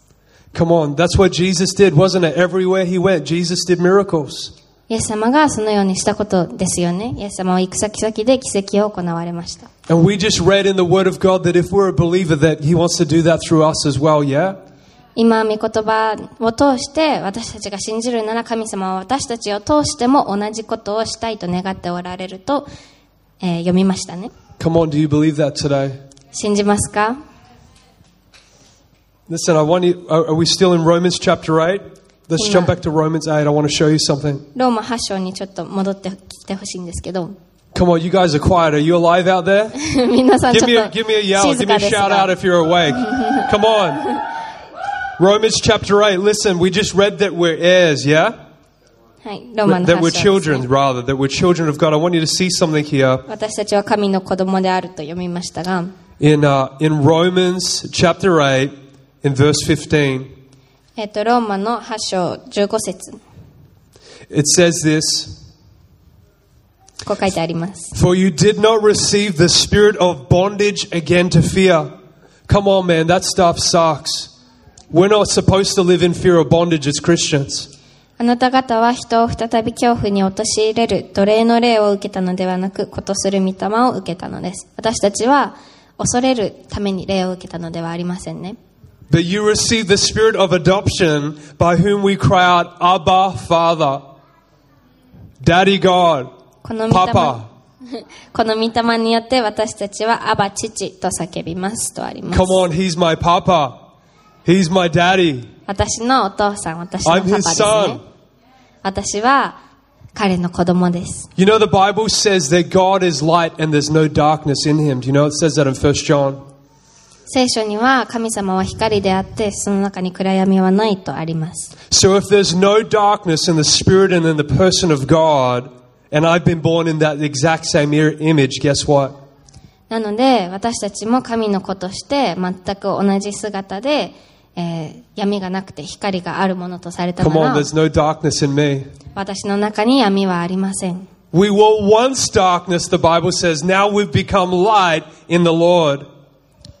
[SPEAKER 3] Come on, that's what Jesus did, wasn't it? Everywhere he went, Jesus did miracles.
[SPEAKER 2] イエス様がそのようにしたことですよね。イエス様は行く先々で奇跡を行われました。
[SPEAKER 3] And we just read in the Word of God that if we're a believer, that he wants to do that through us as well, yeah?
[SPEAKER 2] 今、御言葉を通して私たちが信じるなら神様は私たちを通しても同じことをしたいと願っておられると、えー読みましたね。
[SPEAKER 3] Come on, do you believe that today?
[SPEAKER 2] 信じますか
[SPEAKER 3] Listen, I want you. Are, are we still in Romans chapter eight? Let's
[SPEAKER 2] Yeah.
[SPEAKER 3] jump back to Romans eight. I want to show you something.
[SPEAKER 2] ローマ8章にちょっと戻ってきてほしいんですけど、
[SPEAKER 3] Come on, you guys are quiet. Are you alive out there?
[SPEAKER 2] 皆さんち
[SPEAKER 3] Give me,
[SPEAKER 2] ょ
[SPEAKER 3] a,
[SPEAKER 2] っと
[SPEAKER 3] give me a yell.
[SPEAKER 2] 静
[SPEAKER 3] Give me
[SPEAKER 2] か
[SPEAKER 3] a
[SPEAKER 2] です
[SPEAKER 3] shout
[SPEAKER 2] が
[SPEAKER 3] out、if you're awake. Come on. Romans chapter eight. Listen, we just read that we're heirs. Yeah,
[SPEAKER 2] はい、ローマの8
[SPEAKER 3] that we're
[SPEAKER 2] 章ですね、
[SPEAKER 3] children rather. That we're children of God. I want you to see something here
[SPEAKER 2] 私たちは神の子供であると読みましたが、
[SPEAKER 3] in uh, in Romans chapter eight, in verse fifteen.
[SPEAKER 2] えっ、と、ローマの8章15節、
[SPEAKER 3] It says this.
[SPEAKER 2] こう書いてあります。
[SPEAKER 3] For you did not receive the spirit of bondage again to fear. Come on, man, that stuff sucks. We're not supposed to live in fear of bondage as Christians.
[SPEAKER 2] 私あなた方は人を再び恐怖に陥れる奴隷の霊を受けたのではなく、ことする御霊を受けたのです。私たちは恐れるために霊を受けたのではありませんね。
[SPEAKER 3] But you received the spirit of adoption by whom we cry out, Abba, Father, Daddy God,
[SPEAKER 2] この御霊
[SPEAKER 3] Papa.
[SPEAKER 2] この御霊によって私たちは、アバ父と叫びますとあります
[SPEAKER 3] Come。on, he's my Papa. He's my daddy.
[SPEAKER 2] 私のお父さん、私のパパ
[SPEAKER 3] I'm his
[SPEAKER 2] ですね
[SPEAKER 3] son.。
[SPEAKER 2] 私は彼の子供です。
[SPEAKER 3] You know, the Bible says that God is light and there's no darkness in him. Do you know it says that in 1 John?
[SPEAKER 2] 聖書には神様は光であって、その中に暗闇はないとあります。
[SPEAKER 3] So if there's no darkness in the spirit and in the person of God, and I've been born in that exact same ir- image, guess what?
[SPEAKER 2] なので、私たちも神の子として全く同じ姿で、えー闇がなくて光があるものとされた
[SPEAKER 3] Come
[SPEAKER 2] な
[SPEAKER 3] on,
[SPEAKER 2] ら、
[SPEAKER 3] there's no darkness in me.
[SPEAKER 2] 私の中に闇はありません。
[SPEAKER 3] We were once darkness, the Bible says. Now we've become light in the Lord.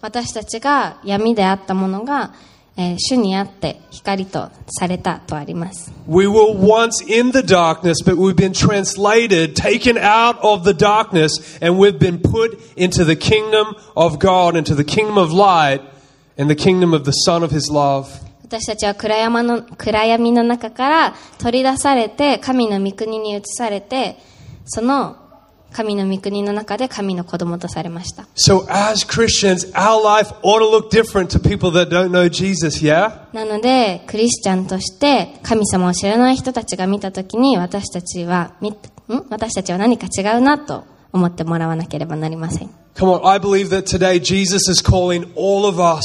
[SPEAKER 2] 私たちが闇であったものが、えー主にあって光とされたとあります。
[SPEAKER 3] We were once in the darkness, but we've been translated, taken out of the darkness, and we've been put into the kingdom of God, into the kingdom of light, and the kingdom of the Son of His love.
[SPEAKER 2] 私たちは暗闇の暗闇の中から取り出されて神の御国に移されてその神の御国の中で神の子供とされました
[SPEAKER 3] So, as Christians, our life ought to look different to people that don't know Jesus, yeah?
[SPEAKER 2] なのでクリスチャンとして神様を知らない人たちが見た時に私たちはみん私たちは何か違うなと思ってもらわなければなりません
[SPEAKER 3] Come on, I believe that today Jesus is calling all of us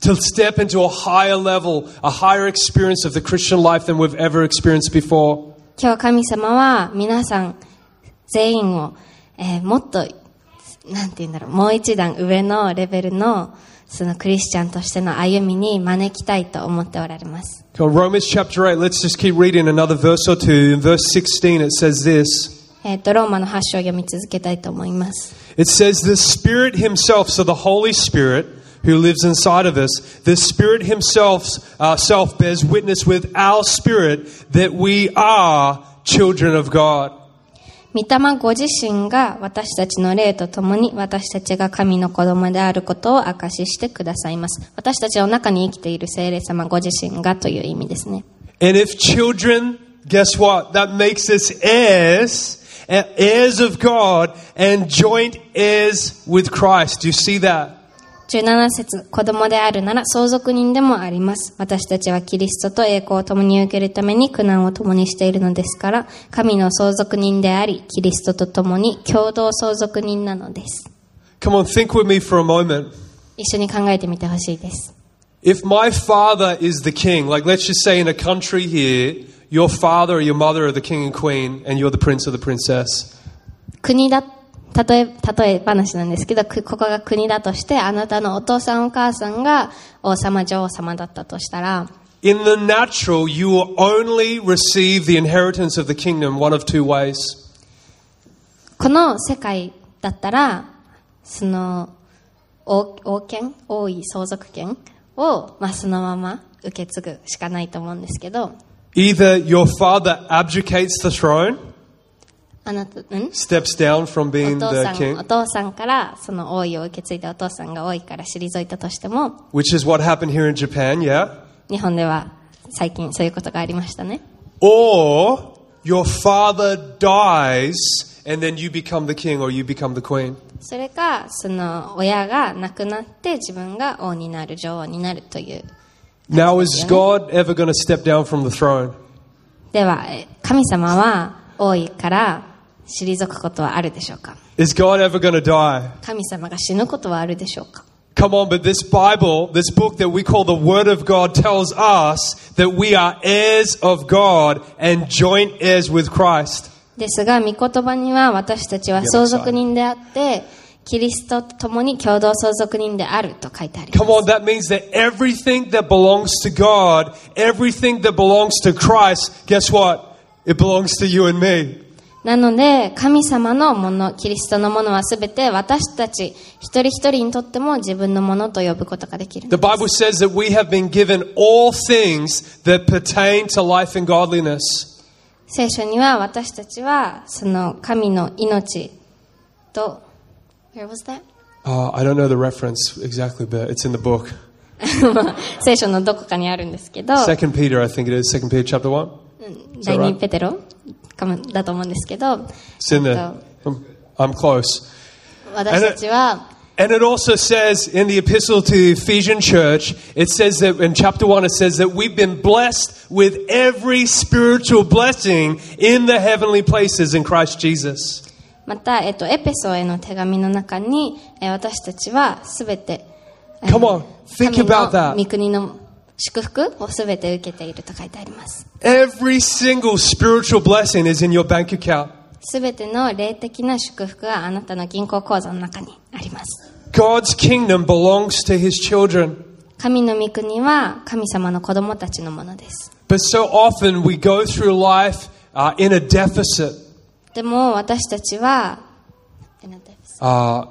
[SPEAKER 3] to step into a higher level, a higher experience of the Christian life than we've ever experienced before.
[SPEAKER 2] 今日神様は皆さん全員を、えーもっと、なんて言うんだろう、もう一段上のレベルの、そのクリスチャンとしての歩みに招きたいと思っておられます。
[SPEAKER 3] So Romans chapter 8, let's just keep reading another verse or two. In verse 16, it says this
[SPEAKER 2] えっ、と、ローマの8章を読み続けたいと思います。
[SPEAKER 3] It says, The Spirit Himself, so the Holy Spirit who lives inside of us, the Spirit Himself uh, self bears witness with our spirit that we are children of God.
[SPEAKER 2] 御霊ご自身が私たちの霊とともに私たちが神の子供であることを証ししてくださいます。私たちの中に生きている聖霊様ご自身がという意味ですね。
[SPEAKER 3] And if children, guess what? That makes us heirs. uh, Heirs of God and joint heirs with Christ. Do you see that?
[SPEAKER 2] 17節子供であるなら相続人でもあります。私たちはキリストと栄光を共に受けるために苦難を共にしているのですから、神の相続人であり、キリストと共に共同相続人なのです。
[SPEAKER 3] Come on, think with me for a moment.
[SPEAKER 2] 一緒に考えてみてほしいです。
[SPEAKER 3] If my father is the king, like let's just say in a country here, your father or your mother are the king and queen, and you're the prince or the princess.
[SPEAKER 2] 国だ、例え、例え話なんですけど、くここが国だとして、あなたのお父さんお母さんが王様女王様だったとしたら、
[SPEAKER 3] In the natural, you will only receive the inheritance of the kingdom one of two ways.
[SPEAKER 2] この世界だったら、その、王王権王位相続権を、まあ、そのまま受け継ぐしかないと思うんですけど、
[SPEAKER 3] Either your father abdicates the throne,
[SPEAKER 2] あなた、ん
[SPEAKER 3] steps down from
[SPEAKER 2] お
[SPEAKER 3] being
[SPEAKER 2] 父さ
[SPEAKER 3] the
[SPEAKER 2] ん、お
[SPEAKER 3] king,
[SPEAKER 2] 父さんから、その王位を受け継いでお父さんが王位から退いたとしても、
[SPEAKER 3] which is what happened here in Japan, yeah?
[SPEAKER 2] 日本では最近そういうことがありましたね。
[SPEAKER 3] Or your father dies, and then you become the king or you become the queen.
[SPEAKER 2] それか、その、親が亡くなって自分が王になる、女王になるという。
[SPEAKER 3] Now, is God ever going to step down from the throne?
[SPEAKER 2] では、え神様は王位から退くことはあるでしょうか
[SPEAKER 3] Is God ever going to die?
[SPEAKER 2] 神様が死ぬことはあるでしょうか
[SPEAKER 3] Come on, but this Bible, this book that we call the Word of God, tells us that we are heirs of God and joint heirs with Christ.
[SPEAKER 2] ですが、御言葉には私たちは相続人であって、キリストと共に共同相続人であると書いてありま
[SPEAKER 3] Come on,
[SPEAKER 2] す。
[SPEAKER 3] that means that everything that belongs to God, everything that belongs to Christ, guess what? It belongs to you and me.
[SPEAKER 2] なので、神様のもの、キリストのものはすべて私たち一人一人にとっても自分のものと呼ぶことができる。
[SPEAKER 3] The Bible says that we have been given all things that pertain to life and godliness.
[SPEAKER 2] 聖書には私たちはその神の命と、Where was that?
[SPEAKER 3] Uh, I don't know the reference exactly, but it's in the book.
[SPEAKER 2] 聖書のどこかにあるんですけど、
[SPEAKER 3] Second Peter, I think it is. Second Peter, chapter one.
[SPEAKER 2] 第2ペテロかもだと思うんですけど、
[SPEAKER 3] It's in
[SPEAKER 2] えっ
[SPEAKER 3] there.
[SPEAKER 2] と
[SPEAKER 3] I'm, I'm close.
[SPEAKER 2] 私たちは
[SPEAKER 3] And it also says in the epistle to the Ephesian church, it says that in chapter 1, it says that we've been blessed with every spiritual blessing in the heavenly places in Christ Jesus.
[SPEAKER 2] また、えっと、エペソへの手紙の中に、えー私たちはすべて、えー
[SPEAKER 3] Come on, think
[SPEAKER 2] 神の
[SPEAKER 3] about that.
[SPEAKER 2] 御国の祝福をすべて受けていると書いてあります。
[SPEAKER 3] Every single spiritual blessing is in your bank account.
[SPEAKER 2] すべての霊的な祝福があなたの銀行口座の中にあります。
[SPEAKER 3] God's kingdom belongs to his children.
[SPEAKER 2] 神の御国は神様の子供たちのものです。
[SPEAKER 3] But so often we go through life uh, in a deficit.
[SPEAKER 2] でも私たちは、えなんて言うんです
[SPEAKER 3] uh,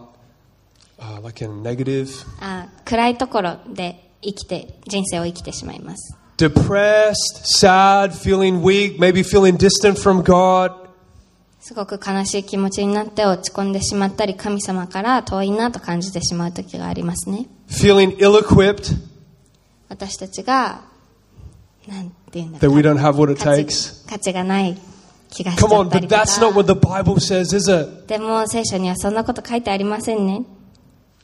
[SPEAKER 3] uh, like in negative,
[SPEAKER 2] あ暗いところで生きて、人生を生きてしまいます。
[SPEAKER 3] depressed, sad, feeling weak, maybe feeling distant from God.
[SPEAKER 2] すごく悲しい気持ちになって落ち込んでしまったり、神様から遠いなと感じてしまう時がありますね。
[SPEAKER 3] feeling ill equipped
[SPEAKER 2] 私たちが、なんて言うんだ
[SPEAKER 3] that
[SPEAKER 2] ろう
[SPEAKER 3] we don't have what it
[SPEAKER 2] 価値
[SPEAKER 3] takes.
[SPEAKER 2] 価値がない気がしち
[SPEAKER 3] Come
[SPEAKER 2] ゃっ
[SPEAKER 3] on,
[SPEAKER 2] たり
[SPEAKER 3] but
[SPEAKER 2] と
[SPEAKER 3] that's not
[SPEAKER 2] か
[SPEAKER 3] what。the Bible says, is it?
[SPEAKER 2] でも聖書にはそんなこと書いてありませんね。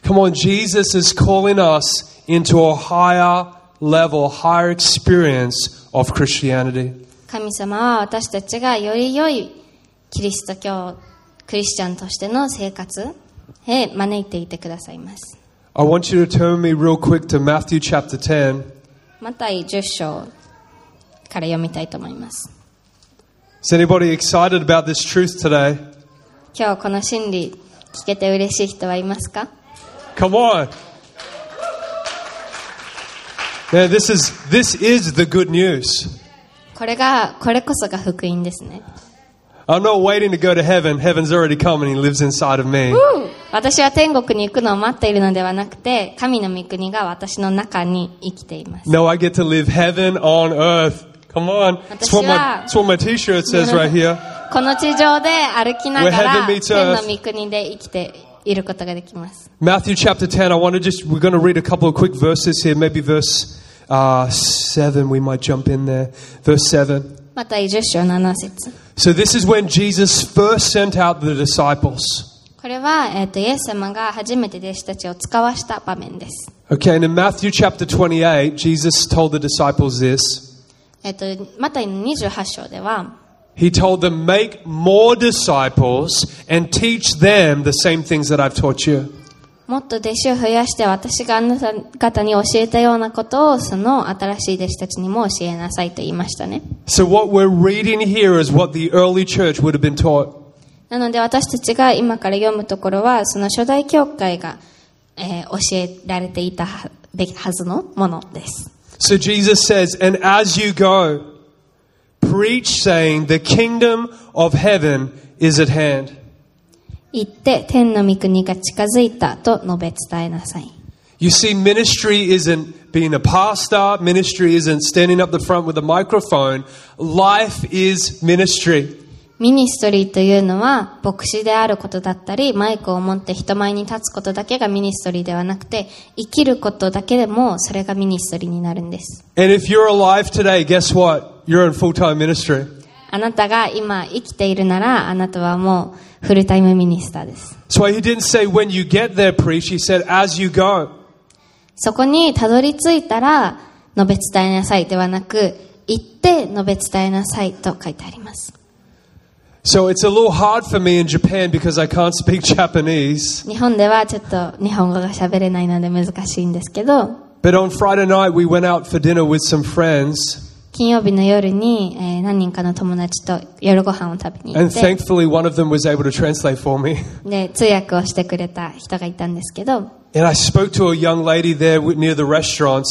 [SPEAKER 3] Come on, Jesus is calling us into a higher level, higher experience of Christianity.
[SPEAKER 2] 神様は私たちがより良いキリスト教、クリスチャンとしての生活へ招いていてくださいます。
[SPEAKER 3] I want you to turn me real quick to Matthew chapter 10.
[SPEAKER 2] マタイ10章から読みたいと思います。
[SPEAKER 3] Is anybody excited about this truth today?
[SPEAKER 2] 今日この真理聞けて嬉しい人はいますか
[SPEAKER 3] Come on. Now, this is this is the good news.
[SPEAKER 2] これが、これこそが福音ですね。
[SPEAKER 3] I'm not waiting to go to heaven. Heaven's already come and he lives inside of me.
[SPEAKER 2] 私は天国に行くのを待っているのではなくて、神の御国が私の中に生きています。
[SPEAKER 3] No, I get to live heaven on earth. Come on. That's what my, that's what my t-shirt says right here.
[SPEAKER 2] この地上で歩きなが
[SPEAKER 3] Where
[SPEAKER 2] ら、
[SPEAKER 3] heaven meets
[SPEAKER 2] 天
[SPEAKER 3] earth.
[SPEAKER 2] の御国で生きていることができます。
[SPEAKER 3] Matthew chapter 10. I want to just, we're going to read a couple of quick verses here. Maybe verse uh, 7. We might jump in there. Verse 7.
[SPEAKER 2] また10章7節
[SPEAKER 3] So this is when Jesus first sent out the disciples.
[SPEAKER 2] これは、えっとイエス様が初めて弟子たちを使わした場面です。
[SPEAKER 3] Okay, and in Matthew chapter 28, Jesus told the disciples this.
[SPEAKER 2] えっとマタイの28章では、
[SPEAKER 3] He told them, Make more disciples and teach them the same things that I've taught you.
[SPEAKER 2] もっと弟子を増やして私があなた方に教えたようなことをその新しい弟子たちにも教えなさいと言いましたね。
[SPEAKER 3] So, what we're reading here is what the early church would have been taught.
[SPEAKER 2] なので私たちが今から読むところは、その初代教会が、えー教えられていたはべきはずのものです。
[SPEAKER 3] So Jesus says, And as you go, preach, saying, The kingdom of heaven is at hand.
[SPEAKER 2] 行って天の御国が近づいたと述べ伝えなさい。
[SPEAKER 3] You see, ministry isn't being a pastor, ministry isn't standing up the front with a microphone. Life is ministry.
[SPEAKER 2] ミニストリーというのは牧師であることだったり、マイクを持って人前に立つことだけがミニストリーではなくて、生きることだけでもそれがミニストリーになるんです。
[SPEAKER 3] And if you're alive today, guess what? You're in full time ministry.
[SPEAKER 2] あなたが今生きているなら、あなたはもうフルタイムミニスターです。
[SPEAKER 3] That's why he didn't say, When you get there, preach. He said, As you go.
[SPEAKER 2] そこにたどり着いたら、述べ伝えなさいではなく、行って述べ伝えなさいと書いてあります。
[SPEAKER 3] So it's a little hard for me in Japan because I can't speak Japanese.
[SPEAKER 2] 日本ではちょっと日本語が喋れないので難しいんですけど、
[SPEAKER 3] But on Friday night, we went out for dinner with some friends,
[SPEAKER 2] 金曜日の夜に、えー何人かの友達と夜ご飯を食べに行
[SPEAKER 3] and
[SPEAKER 2] って、
[SPEAKER 3] thankfully, one of them was able to translate for me.
[SPEAKER 2] で、通訳をしてくれた人がいたんですけど、
[SPEAKER 3] And I spoke to a young lady there wi- near the restaurants,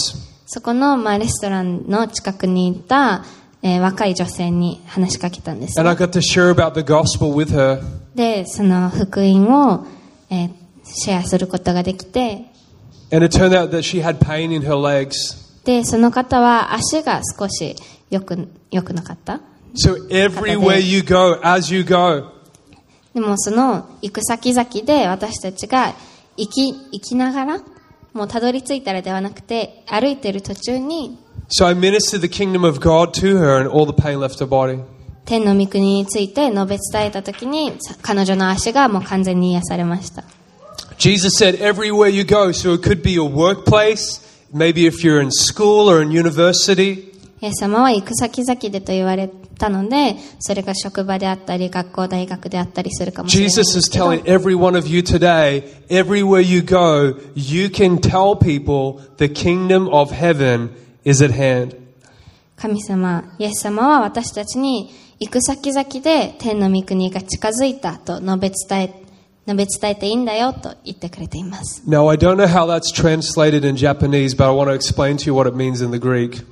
[SPEAKER 2] そこの、まあ、レストランの近くにいた、ええー若い女性に話しかけたんですね、
[SPEAKER 3] And I got to share about the gospel with her.
[SPEAKER 2] でその福音を、えーシェアすることができて
[SPEAKER 3] And it turned out that she had pain in her legs.
[SPEAKER 2] でその方は足が少し良く良くなかった
[SPEAKER 3] So everywhere you go, as you go,
[SPEAKER 2] でもその行く先々で私たちが行き行きながらもうたどり着いたらではなくて歩いてる途中に
[SPEAKER 3] So I ministered the kingdom of God to her, and all the pain left her body.
[SPEAKER 2] 天の御国について述べ伝えた時にさ彼女の足がもう完全に癒されました
[SPEAKER 3] Jesus said, Everywhere you go, so it could be your workplace, maybe if you're in school or in university,
[SPEAKER 2] イエス様は行く先々でと言われたのでそれが職場であったり学校大学であったりするかもしれないんで
[SPEAKER 3] Jesus
[SPEAKER 2] す
[SPEAKER 3] is
[SPEAKER 2] けど
[SPEAKER 3] telling every one of you today, everywhere you go, you can tell people the kingdom of heaven is at hand.
[SPEAKER 2] 神様イエス様は私たちに行く先々で天の御国が近づいたと述べ伝え述べ伝えていいんだよと言ってくれています
[SPEAKER 3] Now, I don't know how that's translated in Japanese, but I want to explain to you what it means in the Greek.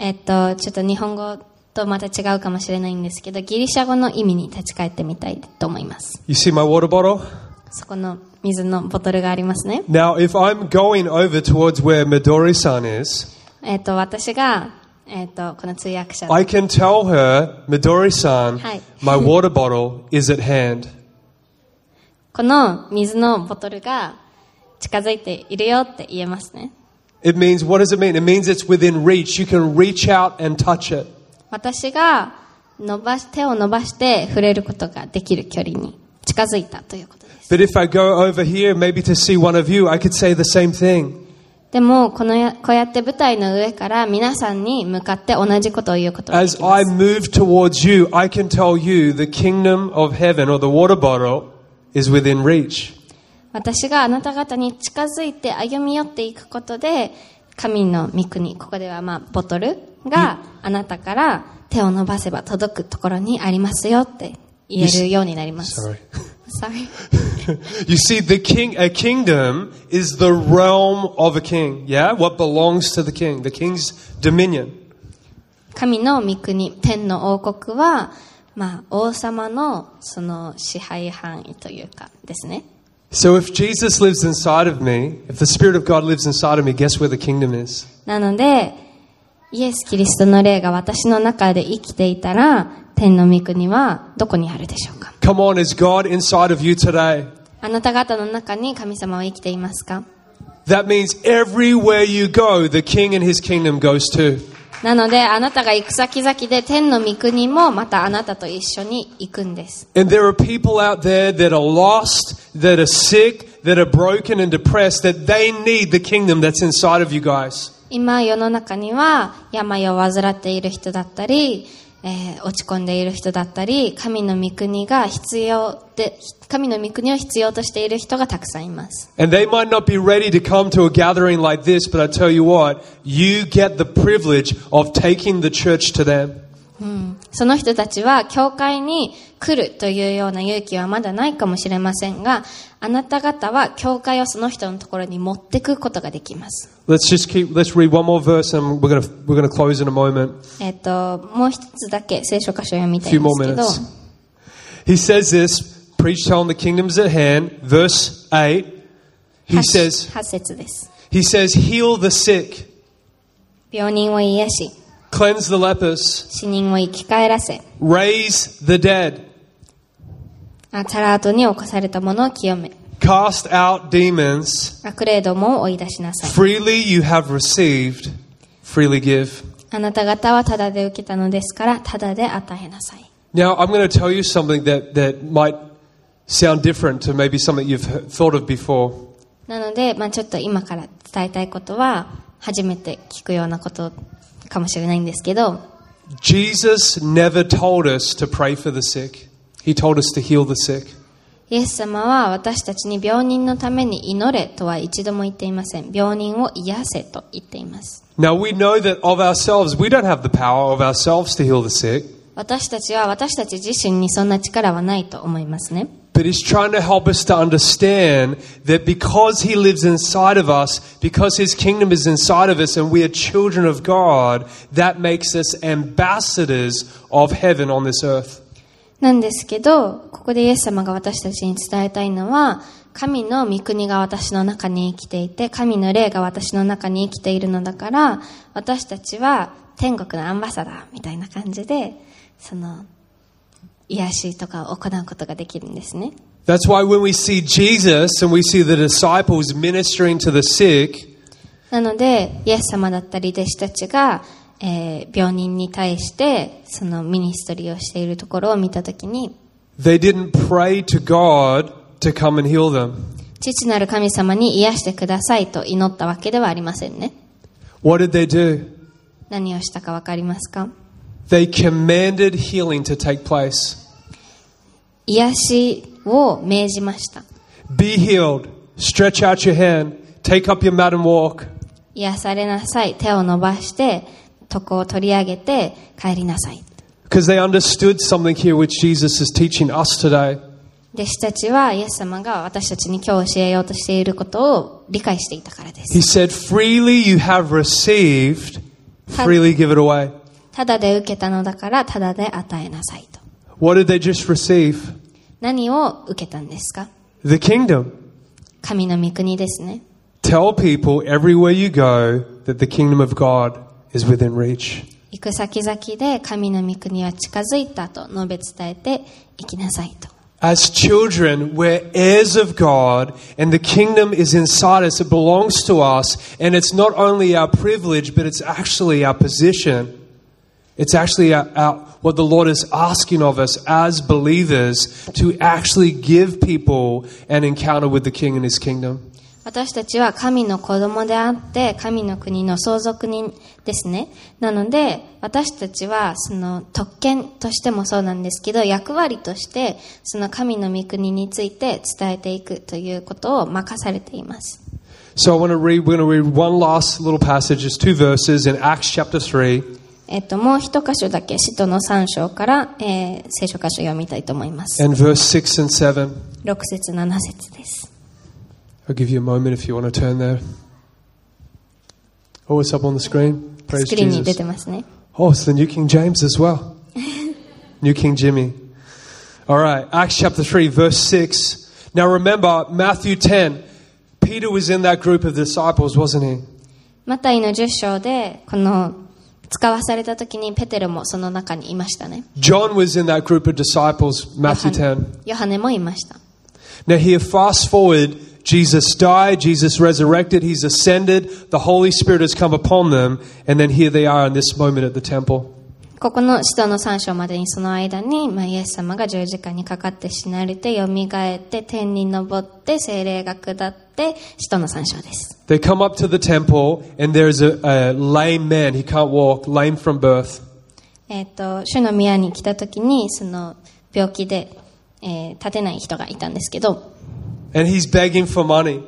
[SPEAKER 2] えっとちょっと日本語とまた違うかもしれないんですけどギリシャ語の意味に立ち返ってみたいと思います
[SPEAKER 3] You see my water bottle?
[SPEAKER 2] そこの水のボトルがありますね
[SPEAKER 3] Now, if I'm going over towards where Midori san is,
[SPEAKER 2] えっと私がえっとこの通訳者
[SPEAKER 3] I can tell her, Midori san,
[SPEAKER 2] Hi.
[SPEAKER 3] my water bottle is at hand.
[SPEAKER 2] この水のボトルが近づいているよって言えますね
[SPEAKER 3] It means, what does it mean? It means it's within reach. You can reach out and touch it.
[SPEAKER 2] 私が伸ばし手を伸ばして触れることができる距離に近づいたということです
[SPEAKER 3] But if I go over here, maybe to see one of you, I could say the same thing.
[SPEAKER 2] でもこのやこうやって舞台の上から皆さんに向かって同じことを言うことがで
[SPEAKER 3] As
[SPEAKER 2] きま
[SPEAKER 3] I
[SPEAKER 2] す
[SPEAKER 3] move towards you, I can tell you the kingdom of heaven or the water bottle is within reach.
[SPEAKER 2] 私があなた方に近づいて歩み寄っていくことで神の御国ここではまあボトルがあなたから手を伸ばせば届くところにありますよって言えるようになります
[SPEAKER 3] Sorry.
[SPEAKER 2] Sorry.
[SPEAKER 3] You see, the king, a kingdom is the realm of a king. Yeah? What belongs to the king, the king's dominion.
[SPEAKER 2] 神の御国天の王国は、まあ、王様のその支配範囲というかですね
[SPEAKER 3] So if Jesus lives inside of me, if the Spirit of God lives inside of me, guess where the kingdom is?
[SPEAKER 2] なのでイエス・キリストの霊が私の中で生きていたら天の御国はどこにあるでしょうか
[SPEAKER 3] Come on, is God inside of you today?
[SPEAKER 2] あなた方の中に神様は生きていますか
[SPEAKER 3] That means everywhere you go, the king and his kingdom goes too.
[SPEAKER 2] なのであなたが行く先々で天の御国もまたあなたと一緒に行くんです
[SPEAKER 3] And there are people out there that are lost, that are sick, that are broken and depressed, that they need the kingdom that's inside of you guys.
[SPEAKER 2] 今世の中には病を患っている人だったり、えー落ち込んでいる人だったり神の御国が必要で神の御国を必要としている人がたくさんいます
[SPEAKER 3] And they might not be ready to come to a gathering like this, but I tell you what, you get the privilege of taking the church to them.
[SPEAKER 2] その人たちは教会に来るというような勇気はまだないかもしれませんがあなた方は教会をその人のところに持ってくことができます
[SPEAKER 3] Let's just keep. Let's read one more verse, and we're gonna we're gonna close in a moment.
[SPEAKER 2] えっ、ともう一つだけ聖書箇所を読み
[SPEAKER 3] A
[SPEAKER 2] たい
[SPEAKER 3] few
[SPEAKER 2] んで
[SPEAKER 3] more
[SPEAKER 2] すけど
[SPEAKER 3] minutes. He says this. Preach telling the kingdom's at hand. Verse eight. He
[SPEAKER 2] 8
[SPEAKER 3] says.
[SPEAKER 2] 節です
[SPEAKER 3] He says, heal the sick,
[SPEAKER 2] 病人を癒し
[SPEAKER 3] cleanse the lepers,
[SPEAKER 2] 死人を生き返らせ
[SPEAKER 3] raise the dead,
[SPEAKER 2] あタラートに起こされたものを清め
[SPEAKER 3] cast out demons.
[SPEAKER 2] 悪霊どもを追い出しなさい
[SPEAKER 3] Freely you have received, freely give.
[SPEAKER 2] あなた方はただで受けたのですからただで与えなさい
[SPEAKER 3] Now I'm going to tell you something that that might sound different to maybe something you've he- thought of before.
[SPEAKER 2] なので、まあ、ちょっと今から伝えたいことは初めて聞くようなことかもしれないんですけど
[SPEAKER 3] Jesus never told us to pray for the sick. He told us to heal the sick.
[SPEAKER 2] イエス様は私たちに病人のために祈れとは一度も言っていません病人を癒せと言っています
[SPEAKER 3] Now we know that of ourselves, we don't have the power of ourselves to heal the sick.
[SPEAKER 2] 私たちは私たち自身にそんな力はないと思いますね。
[SPEAKER 3] But he's trying to help us to understand that because he lives inside of us, because his kingdom is inside of us, and we are children of God, that makes us ambassadors of heaven on this earth.
[SPEAKER 2] なんですけど、ここでイエス様が私たちに伝えたいのは、神の御国が私の中に生きていて、神の霊が私の中に生きているのだから、私たちは天国のアンバサダーみたいな感じで、その、癒しとかを行うことができるんですね。
[SPEAKER 3] That's why when we see Jesus and we see the disciples ministering to the sick,
[SPEAKER 2] なので、イエス様だったり弟子たちが、えー病人に対して、そのミニストリーをしているところを見たときに、
[SPEAKER 3] they didn't pray to God to come and heal them.
[SPEAKER 2] 父なる神様に癒してくださいと祈ったわけではありませんね。
[SPEAKER 3] What did they do?
[SPEAKER 2] 何をしたかわかりますか
[SPEAKER 3] They commanded healing to take place.
[SPEAKER 2] 癒しを命じました。
[SPEAKER 3] Be healed. Stretch out your hand. Take up your mat and walk.
[SPEAKER 2] 癒されなさい。手を伸ばして、床を取り上げて帰りなさい。
[SPEAKER 3] Because they understood something here which Jesus is teaching us today.
[SPEAKER 2] 弟子たちはイエス様が私たちに今日教えようとしていることを理解していたからで
[SPEAKER 3] He
[SPEAKER 2] す。
[SPEAKER 3] said, Freely you have received,
[SPEAKER 2] Have-
[SPEAKER 3] freely give it away.
[SPEAKER 2] ただで受けたのだから、ただで与えなさいと。
[SPEAKER 3] What did they just receive?
[SPEAKER 2] 何を受けたんですか
[SPEAKER 3] The kingdom.
[SPEAKER 2] 神の御国ですね。
[SPEAKER 3] Tell people everywhere you go that the kingdom of God is within reach.
[SPEAKER 2] 行く先々で神の御国は近づいたと述べ伝えて行きなさいと。
[SPEAKER 3] As children, we're heirs of God, and the kingdom is inside us. It belongs to us, and it's not only our privilege, but it's actually our position. It's actually our, our, what the Lord is asking of us as believers to actually give people an encounter with the King and His kingdom.
[SPEAKER 2] 私たちは神の子供であって、神の国の相続人ですね。なので、私たちは、その特権としてもそうなんですけど、役割として、その神の御国について伝えていくということを任されています。
[SPEAKER 3] So I want to read. We're going to read one last little passage. It's two verses in Acts chapter three.
[SPEAKER 2] えっと、もう一箇所だけ、使徒の3章から、えー聖書箇所読みたいと思います。
[SPEAKER 3] And verse 6 and 7.
[SPEAKER 2] 6節7節です。
[SPEAKER 3] I'll give you a moment if you want to turn there. Oh, it's up on the screen.
[SPEAKER 2] ス
[SPEAKER 3] Praise
[SPEAKER 2] クリーンに出
[SPEAKER 3] Jesus.
[SPEAKER 2] てますね。
[SPEAKER 3] Oh, it's the New King James as well. New King Jimmy. All right, Acts chapter 3, verse 6. Now remember, Matthew 10, Peter was in that group of disciples, wasn't he?
[SPEAKER 2] マタイの10章で、この、使わされた時にペテロもその中にいましたね。
[SPEAKER 3] John was in that group of disciples,
[SPEAKER 2] ヨ
[SPEAKER 3] Matthew
[SPEAKER 2] ハネ
[SPEAKER 3] 10.
[SPEAKER 2] ヨハネもいました。
[SPEAKER 3] Now, here, fast forward, Jesus died, Jesus resurrected, he's ascended, the Holy Spirit has come upon them, and then here they are in this moment at the temple.
[SPEAKER 2] ここの使徒の3章までにその間に、まあ、イエス様が十字架にかかって死なれて、蘇って、天に昇って、精霊が下って、使徒の3章です。
[SPEAKER 3] They come up to the temple, and there's a, a lame man. He can't walk, lame from birth.
[SPEAKER 2] えっ、と、主の宮に来た時に、その、病気で、えー立てない人がいたんですけど、
[SPEAKER 3] And he's begging for money.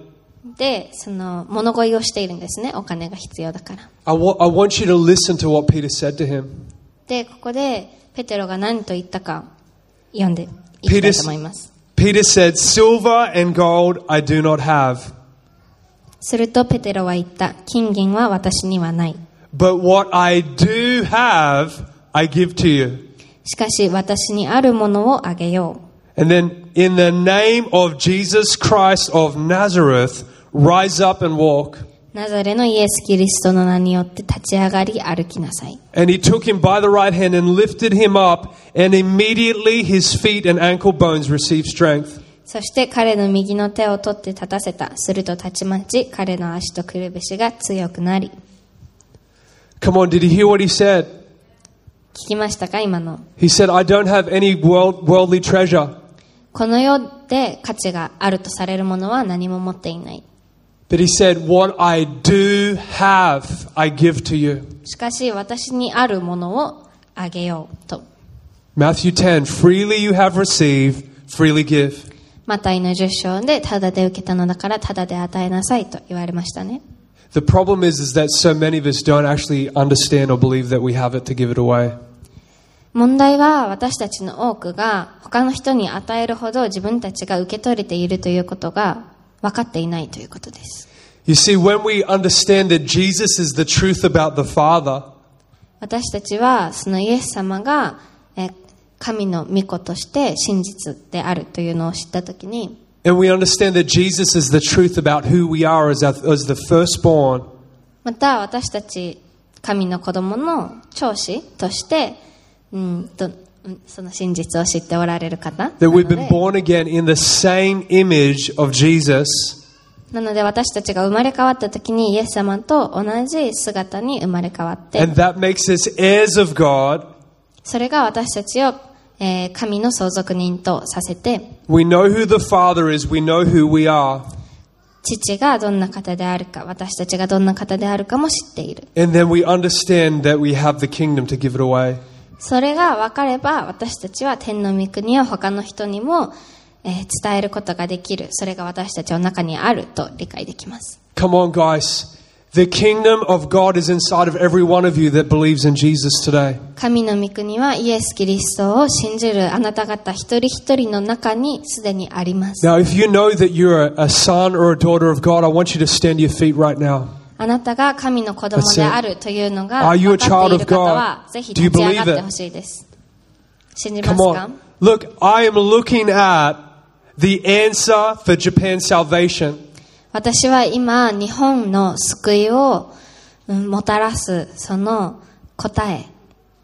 [SPEAKER 2] で、その、物乞いをしているんですね。お金が必要だから。
[SPEAKER 3] I wa- I want you to listen to what Peter said to him.
[SPEAKER 2] で、ここで、ペテロが何と言ったか、読んでいきた
[SPEAKER 3] Peter,
[SPEAKER 2] い
[SPEAKER 3] s-
[SPEAKER 2] と思います。
[SPEAKER 3] Peter said, Silver and gold I do not have,
[SPEAKER 2] するとペテロは言った。金銀は私にはない。
[SPEAKER 3] but what I do have, I give to you.
[SPEAKER 2] しかし私にあるものをあげよ
[SPEAKER 3] And then, in the name of Jesus Christ of Nazareth, rise up and walk.
[SPEAKER 2] う。ナザレのイエス・キリストの名によって立ち上がり歩きなさい。
[SPEAKER 3] And he took him by the right hand and lifted him up, and immediately his feet and ankle bones received strength.
[SPEAKER 2] そして彼の右の手を取って立たせた。するとたちまち彼の足とくるぶしが強くなり。
[SPEAKER 3] Come on, did you hear what he said?
[SPEAKER 2] 聞きましたか今の。
[SPEAKER 3] He said, I don't have any world, worldly treasure,
[SPEAKER 2] この世で価値があるとされるものは何も持っていない。
[SPEAKER 3] but he said, What I do have, I give to you.
[SPEAKER 2] しかし私にあるものをあげようと。
[SPEAKER 3] Matthew 10 Freely you have received, freely give.
[SPEAKER 2] マタイの10章で、ただで受けたのだから、ただで与えなさいと言われましたね。
[SPEAKER 3] The problem is, is that so many of us don't actually understand or believe that we have it to give it away.
[SPEAKER 2] 問題は私たちの多くが他の人に与えるほど自分たちが受け取れているということが分かっていないということです。
[SPEAKER 3] You see, when we understand that Jesus is the truth about the Father,
[SPEAKER 2] 私たちはそのイエス様がえー神の御子として真実であるというのを知ったときに
[SPEAKER 3] and we understand that Jesus is the truth about who we are as, our, as the firstborn,
[SPEAKER 2] また私たち神の子供の長子としてうんとうんその真実を知っておられる方
[SPEAKER 3] that
[SPEAKER 2] なの
[SPEAKER 3] we've been
[SPEAKER 2] で
[SPEAKER 3] born again in the same image of Jesus,
[SPEAKER 2] なので私たちが生まれ変わった時にイエス様と同じ姿に生まれ変わって
[SPEAKER 3] and that makes us heirs of God.
[SPEAKER 2] それが私たちを、えー神の相続人とさせて
[SPEAKER 3] We know who the Father is, we know who we are,
[SPEAKER 2] 父がどんな方であるか私たちがどんな方であるかも知っている
[SPEAKER 3] and then we understand that we have the kingdom to give it away.
[SPEAKER 2] それが分かれば私たちは天の御国を他の人にも、えー伝えることができるそれが私たちの中にあると理解できます
[SPEAKER 3] Come on, guys. The kingdom of God is inside of every one of you that believes in Jesus today.
[SPEAKER 2] 神の御国はイエス・キリストを信じるあなた方一人一人の中にすでにあります
[SPEAKER 3] Now, if you know that you're a, a son or a daughter of God, I want you to stand to your feet right now.
[SPEAKER 2] あなたが神の子供
[SPEAKER 3] That's it.
[SPEAKER 2] であるというのが
[SPEAKER 3] Are you a
[SPEAKER 2] 分かってい
[SPEAKER 3] child
[SPEAKER 2] る
[SPEAKER 3] of
[SPEAKER 2] 方
[SPEAKER 3] God?
[SPEAKER 2] はぜひ
[SPEAKER 3] Do you
[SPEAKER 2] 立ち上がっ
[SPEAKER 3] believe
[SPEAKER 2] て
[SPEAKER 3] it?
[SPEAKER 2] ほしいです信じま
[SPEAKER 3] Come
[SPEAKER 2] すか
[SPEAKER 3] on. Look, I am looking at the answer for Japan's salvation.
[SPEAKER 2] 私は今日本の救いを、うんもたらすその答え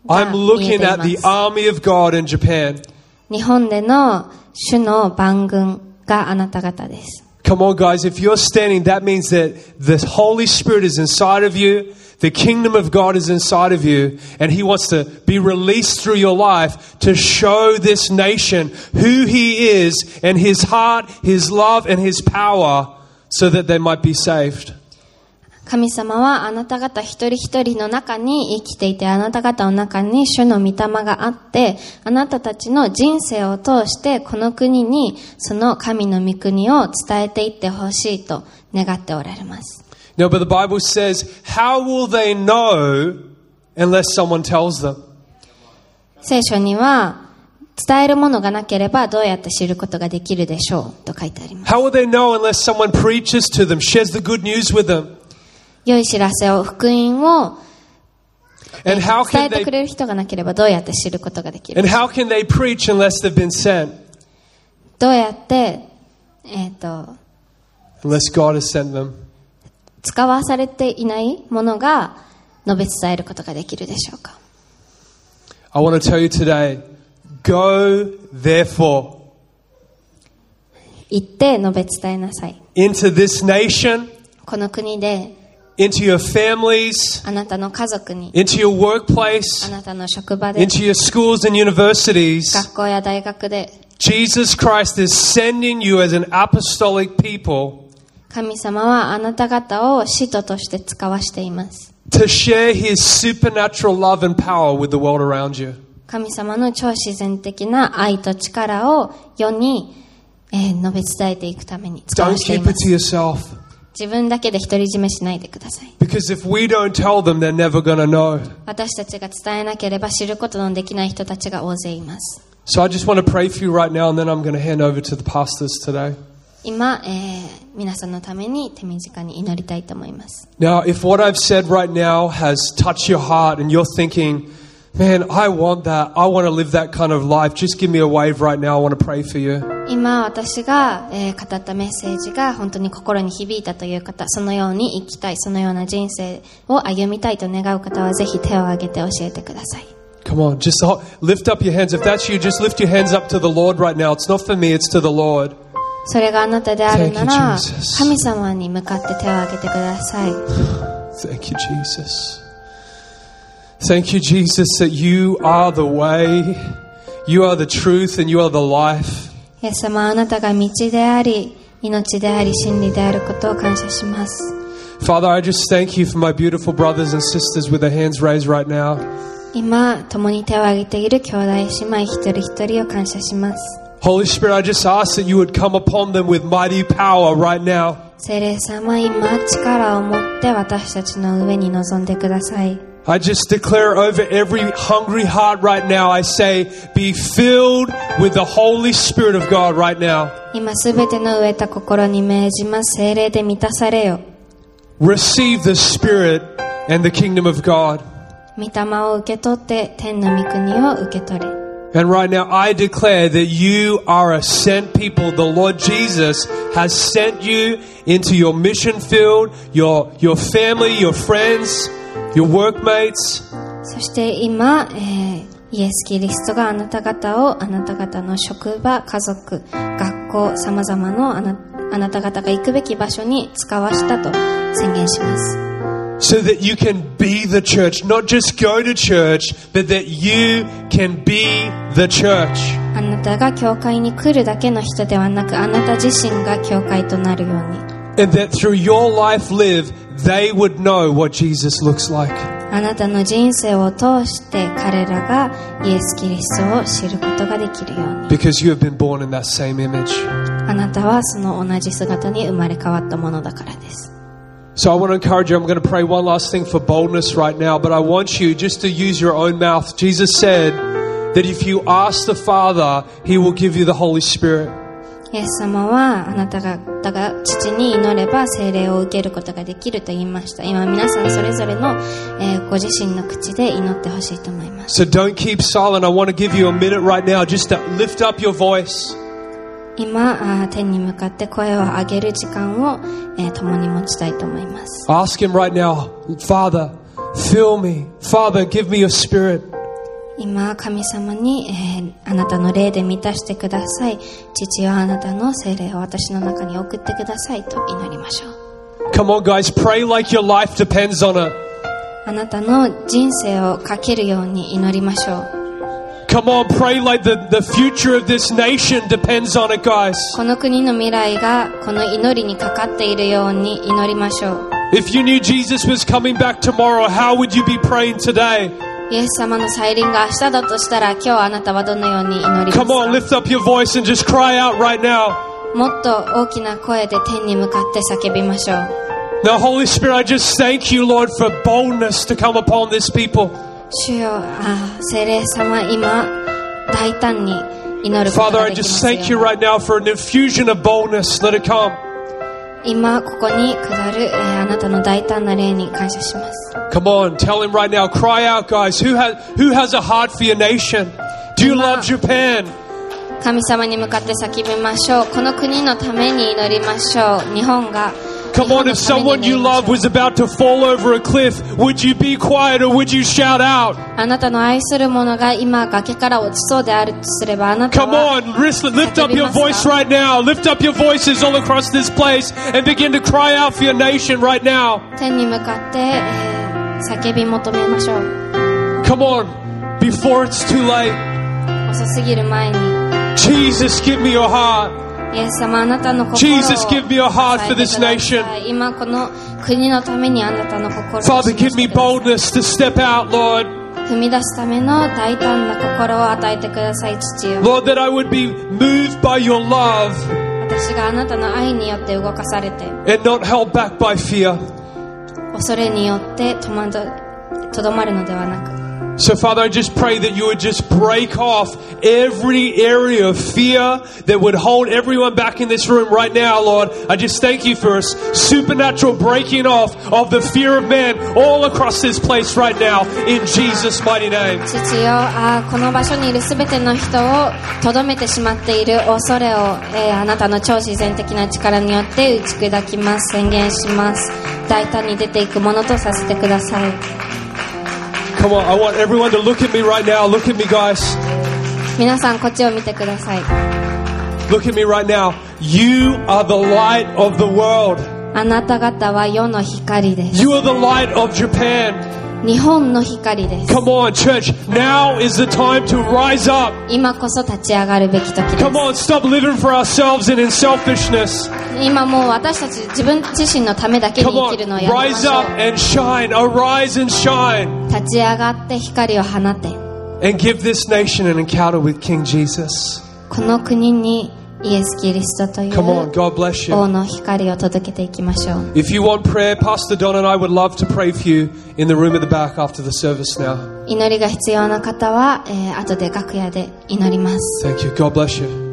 [SPEAKER 2] が
[SPEAKER 3] I'm
[SPEAKER 2] 見え
[SPEAKER 3] looking
[SPEAKER 2] て
[SPEAKER 3] at
[SPEAKER 2] いま
[SPEAKER 3] the
[SPEAKER 2] す
[SPEAKER 3] army of God in Japan.
[SPEAKER 2] 日本での主の番軍があなた方です
[SPEAKER 3] Come on, guys. If you're standing, that means that the Holy Spirit is inside of you. The kingdom of God is inside of you, and He wants to be released through your life to show this nation who He is and His heart, His love, and His power so that they might be saved.
[SPEAKER 2] 神様はあなた方一人一人の中に生きていて、あなた方の中に主の御霊があって、あなたたちの人生を通してこの国にその神の御国を伝えていってほしいと願っておられます。
[SPEAKER 3] No, but the Bible says, How will they know unless someone tells them?
[SPEAKER 2] 聖書には、伝えるものがなければどうやって知ることができるでしょうと書いてあります。
[SPEAKER 3] How will they know unless someone preaches to them, shares the good news with them?
[SPEAKER 2] 良い知らせを、福音を
[SPEAKER 3] And how
[SPEAKER 2] 伝え
[SPEAKER 3] can
[SPEAKER 2] て
[SPEAKER 3] they
[SPEAKER 2] くれる人がなければどうやって知ることができる
[SPEAKER 3] And how can they preach unless they've been sent?
[SPEAKER 2] どうやって、えっ、と、
[SPEAKER 3] Unless God has sent them.
[SPEAKER 2] 使わされていないものが述べ伝えることができるでしょうか
[SPEAKER 3] I want to tell you today go, therefore,
[SPEAKER 2] 言って述べ伝えなさい
[SPEAKER 3] into this nation,
[SPEAKER 2] この国で
[SPEAKER 3] into your families,
[SPEAKER 2] あなたの家族に
[SPEAKER 3] into your
[SPEAKER 2] あ
[SPEAKER 3] workplace,
[SPEAKER 2] なたの職場で
[SPEAKER 3] into your schools and universities.
[SPEAKER 2] 学校や大学で
[SPEAKER 3] Jesus Christ is sending you as an apostolic people
[SPEAKER 2] 神様はあなた方を使徒として使わしています
[SPEAKER 3] to share his supernatural love and power with the world around you.
[SPEAKER 2] 神様の超自然的な愛と力を世に、えー述べ伝えていくために使わ
[SPEAKER 3] Don't
[SPEAKER 2] してい
[SPEAKER 3] keep
[SPEAKER 2] ま
[SPEAKER 3] it to
[SPEAKER 2] す
[SPEAKER 3] yourself
[SPEAKER 2] 自分だけで独り占めしないでください
[SPEAKER 3] because if we don't tell them, they're never going to know.
[SPEAKER 2] 私たちが伝えなければ知ることのできない人たちが大勢います
[SPEAKER 3] So I just want to pray for you right now, and then I'm going to hand over to the pastors today.
[SPEAKER 2] 今、えー皆さんのために手短に祈りたいと思います。
[SPEAKER 3] Now, if what I've said right now has touched your heart and you're thinking, man, I want that, I want to live that kind of life, just give me a wave right now. I want to pray for you.
[SPEAKER 2] 今私が、えー語ったメッセージが本当に心に響いたという方、そのように生きたい、そのような人生を歩みたいと願う方はぜひ手を挙げて教えてください。
[SPEAKER 3] Come on, just ho- lift up your hands. If that's you, just lift your hands up to the Lord right now. It's not for me, it's to the Lord.
[SPEAKER 2] それがあなたであるなら
[SPEAKER 3] Thank you, Jesus.、
[SPEAKER 2] 神様に向かって手を挙げてください。
[SPEAKER 3] Thank you, Jesus. Thank you, Jesus, that you are the way, you are the truth, and you are the life.
[SPEAKER 2] イエス様、あなたが道であり、命であり、真理であることを感謝します。
[SPEAKER 3] Father, I just thank you for my beautiful brothers and sisters with their hands raised right now.
[SPEAKER 2] 今、共に手を挙げている兄弟姉妹一人一人を感謝します。
[SPEAKER 3] Holy Spirit, I just ask that you would come upon them with mighty power right now.
[SPEAKER 2] 聖霊様、今、力を持って私たちの上に臨んでください。
[SPEAKER 3] I just declare over every hungry heart right now, I say, be filled with the Holy Spirit of God right now.
[SPEAKER 2] 今すべての飢えた心に命じます精霊で満たされよ
[SPEAKER 3] Receive the Spirit and the kingdom of God.
[SPEAKER 2] 御霊を受け取って天の御国を受け取れ
[SPEAKER 3] And right now, I declare that you are a sent people. The Lord Jesus has sent you into your mission field, your, your family, your friends, your workmates.
[SPEAKER 2] そして今、えーイエス・キリストがあなた方をあなた方の職場家族学校様々のあなあなた方が行くべき場所に使わしたと宣言します
[SPEAKER 3] so that you can be the church. Not just go to church, but that you can be the church.
[SPEAKER 2] あなたが教会に来るだけの人ではなくあなた自身が教会となるように
[SPEAKER 3] And that through your life live, they would know what Jesus looks like.
[SPEAKER 2] あなたの人生を通して彼らがイエス・キリストを知ることができるように
[SPEAKER 3] Because you have been born in that same image.
[SPEAKER 2] あなたはその同じ姿に生まれ変わったものだからです
[SPEAKER 3] So I want to encourage you. I'm going to pray one last thing for boldness right now, but I want you just to use your own mouth. Jesus said that if you ask the Father, He will give you the Holy Spirit.
[SPEAKER 2] イエス様はあなた方が父に祈れば聖霊を受けることができると言いました今皆さんそれぞれの、えーご自身の口で祈ってほしいと思います
[SPEAKER 3] So don't keep silent. I want to give you a minute right now just to lift up your voice.
[SPEAKER 2] 今あー天に向かって声を上げる時間を、えー共に持ちたいと思います
[SPEAKER 3] Ask Him right now, Father, fill me. Father, give me your spirit.
[SPEAKER 2] 今神様に、えーあなたの霊で満たしてください父はあなたの聖霊を私の中に送ってくださいと祈りましょう
[SPEAKER 3] Come on, guys, pray like your life depends on it.
[SPEAKER 2] あなたの人生をかけるように祈りましょう
[SPEAKER 3] Come on, pray like the, the future of this nation depends on it, guys.
[SPEAKER 2] この国の未来がこの祈りにかかっているように祈りましょう
[SPEAKER 3] If you knew Jesus was coming back tomorrow, how would you be praying today?
[SPEAKER 2] イエス様の再臨が明日だとしたら今日あなたはどのように祈り
[SPEAKER 3] Come on,
[SPEAKER 2] ます
[SPEAKER 3] lift up your voice and just cry out right now.
[SPEAKER 2] かもっと大きな声で天に向かって叫びましょう
[SPEAKER 3] Now, Holy Spirit, I just thank you, Lord, for boldness to come upon this people.
[SPEAKER 2] 主よああ聖霊様今大胆に祈ること
[SPEAKER 3] Father,
[SPEAKER 2] がで
[SPEAKER 3] I
[SPEAKER 2] きま
[SPEAKER 3] just
[SPEAKER 2] す
[SPEAKER 3] thank
[SPEAKER 2] よ
[SPEAKER 3] you right now for an infusion of boldness. Let it come.
[SPEAKER 2] 今ここに下る、えーあなたの大胆な霊に感謝します
[SPEAKER 3] Come on, tell him right now. Cry out, guys. Who has who has a heart for your nation? Do you
[SPEAKER 2] Come
[SPEAKER 3] love
[SPEAKER 2] on.
[SPEAKER 3] Japan?
[SPEAKER 2] 神様に向かって叫びましょうこの国のために祈りましょう日本が
[SPEAKER 3] Come
[SPEAKER 2] 日
[SPEAKER 3] on,
[SPEAKER 2] 本のために
[SPEAKER 3] if someone
[SPEAKER 2] 祈
[SPEAKER 3] you
[SPEAKER 2] りましょう
[SPEAKER 3] love was about to fall over a cliff, would you be quiet or would you shout out?
[SPEAKER 2] あなたの愛する者が今崖から落ちそうであるとすればあなた
[SPEAKER 3] Come
[SPEAKER 2] は
[SPEAKER 3] on, lift, lift up your
[SPEAKER 2] Hakemimasta.
[SPEAKER 3] voice right now. Lift up your voices all across this place and begin to cry out for your nation right now.
[SPEAKER 2] 天に向かって、えー叫び求めましょう
[SPEAKER 3] Come on, before it's too late.
[SPEAKER 2] 遅すぎる前に
[SPEAKER 3] Jesus, give me your heart.
[SPEAKER 2] イエス様あなたの心を
[SPEAKER 3] Jesus, give me a heart for
[SPEAKER 2] 支えてくだ
[SPEAKER 3] this
[SPEAKER 2] さい
[SPEAKER 3] nation.
[SPEAKER 2] 今この国のためにあなたの心を
[SPEAKER 3] Father,
[SPEAKER 2] 示
[SPEAKER 3] give
[SPEAKER 2] して
[SPEAKER 3] me
[SPEAKER 2] ください
[SPEAKER 3] boldness to step out, Lord.
[SPEAKER 2] 踏み出すための大胆な心を与えてください父よ
[SPEAKER 3] Lord, that I would be moved by your love
[SPEAKER 2] 私があなたの愛によって動かされて
[SPEAKER 3] and not held back by fear.
[SPEAKER 2] 恐れによってとまどとどまるのではな
[SPEAKER 3] So, Father, I just pray that you would just break off every area of fear that would hold everyone back in this room right now, Lord. I just thank you for a s- supernatural breaking off of the fear of man all across this place right now in Jesus' mighty name.
[SPEAKER 2] く父よあーこの場所にいるすべての人をとどめてしまっている恐れを、えーあなたの超自然的な力によって打ち砕きます宣言します大胆に出ていくものとさせてください
[SPEAKER 3] Come on, I want everyone to look at me right now. Look at me, guys.
[SPEAKER 2] 皆さんこっちを見てください
[SPEAKER 3] Look at me right now. You are the light of the world,
[SPEAKER 2] あなた方は世の光です
[SPEAKER 3] you are the light of Japan.
[SPEAKER 2] 日本の光です
[SPEAKER 3] Come on, church. Now is the time to rise up.
[SPEAKER 2] 今こそ立ち上がるべき時です
[SPEAKER 3] Come on, stop living for ourselves and in selfishness.
[SPEAKER 2] 今もう私たち自分自身のためだけに
[SPEAKER 3] Come
[SPEAKER 2] 生き
[SPEAKER 3] on,
[SPEAKER 2] るのをやめま
[SPEAKER 3] rise
[SPEAKER 2] しょう
[SPEAKER 3] up and shine. Arise and shine.
[SPEAKER 2] 立ち上がって光を放て
[SPEAKER 3] And give this nation an encounter with King Jesus.
[SPEAKER 2] この国にイエス・キリストという
[SPEAKER 3] Come on, God bless
[SPEAKER 2] 王
[SPEAKER 3] you.
[SPEAKER 2] の光を届けていきましょう
[SPEAKER 3] If you want prayer, Pastor Don and I would love to pray for you in the room at the back after the service now.
[SPEAKER 2] 祈りが必要な方は、えー後で楽屋で祈ります
[SPEAKER 3] Thank you. God bless you.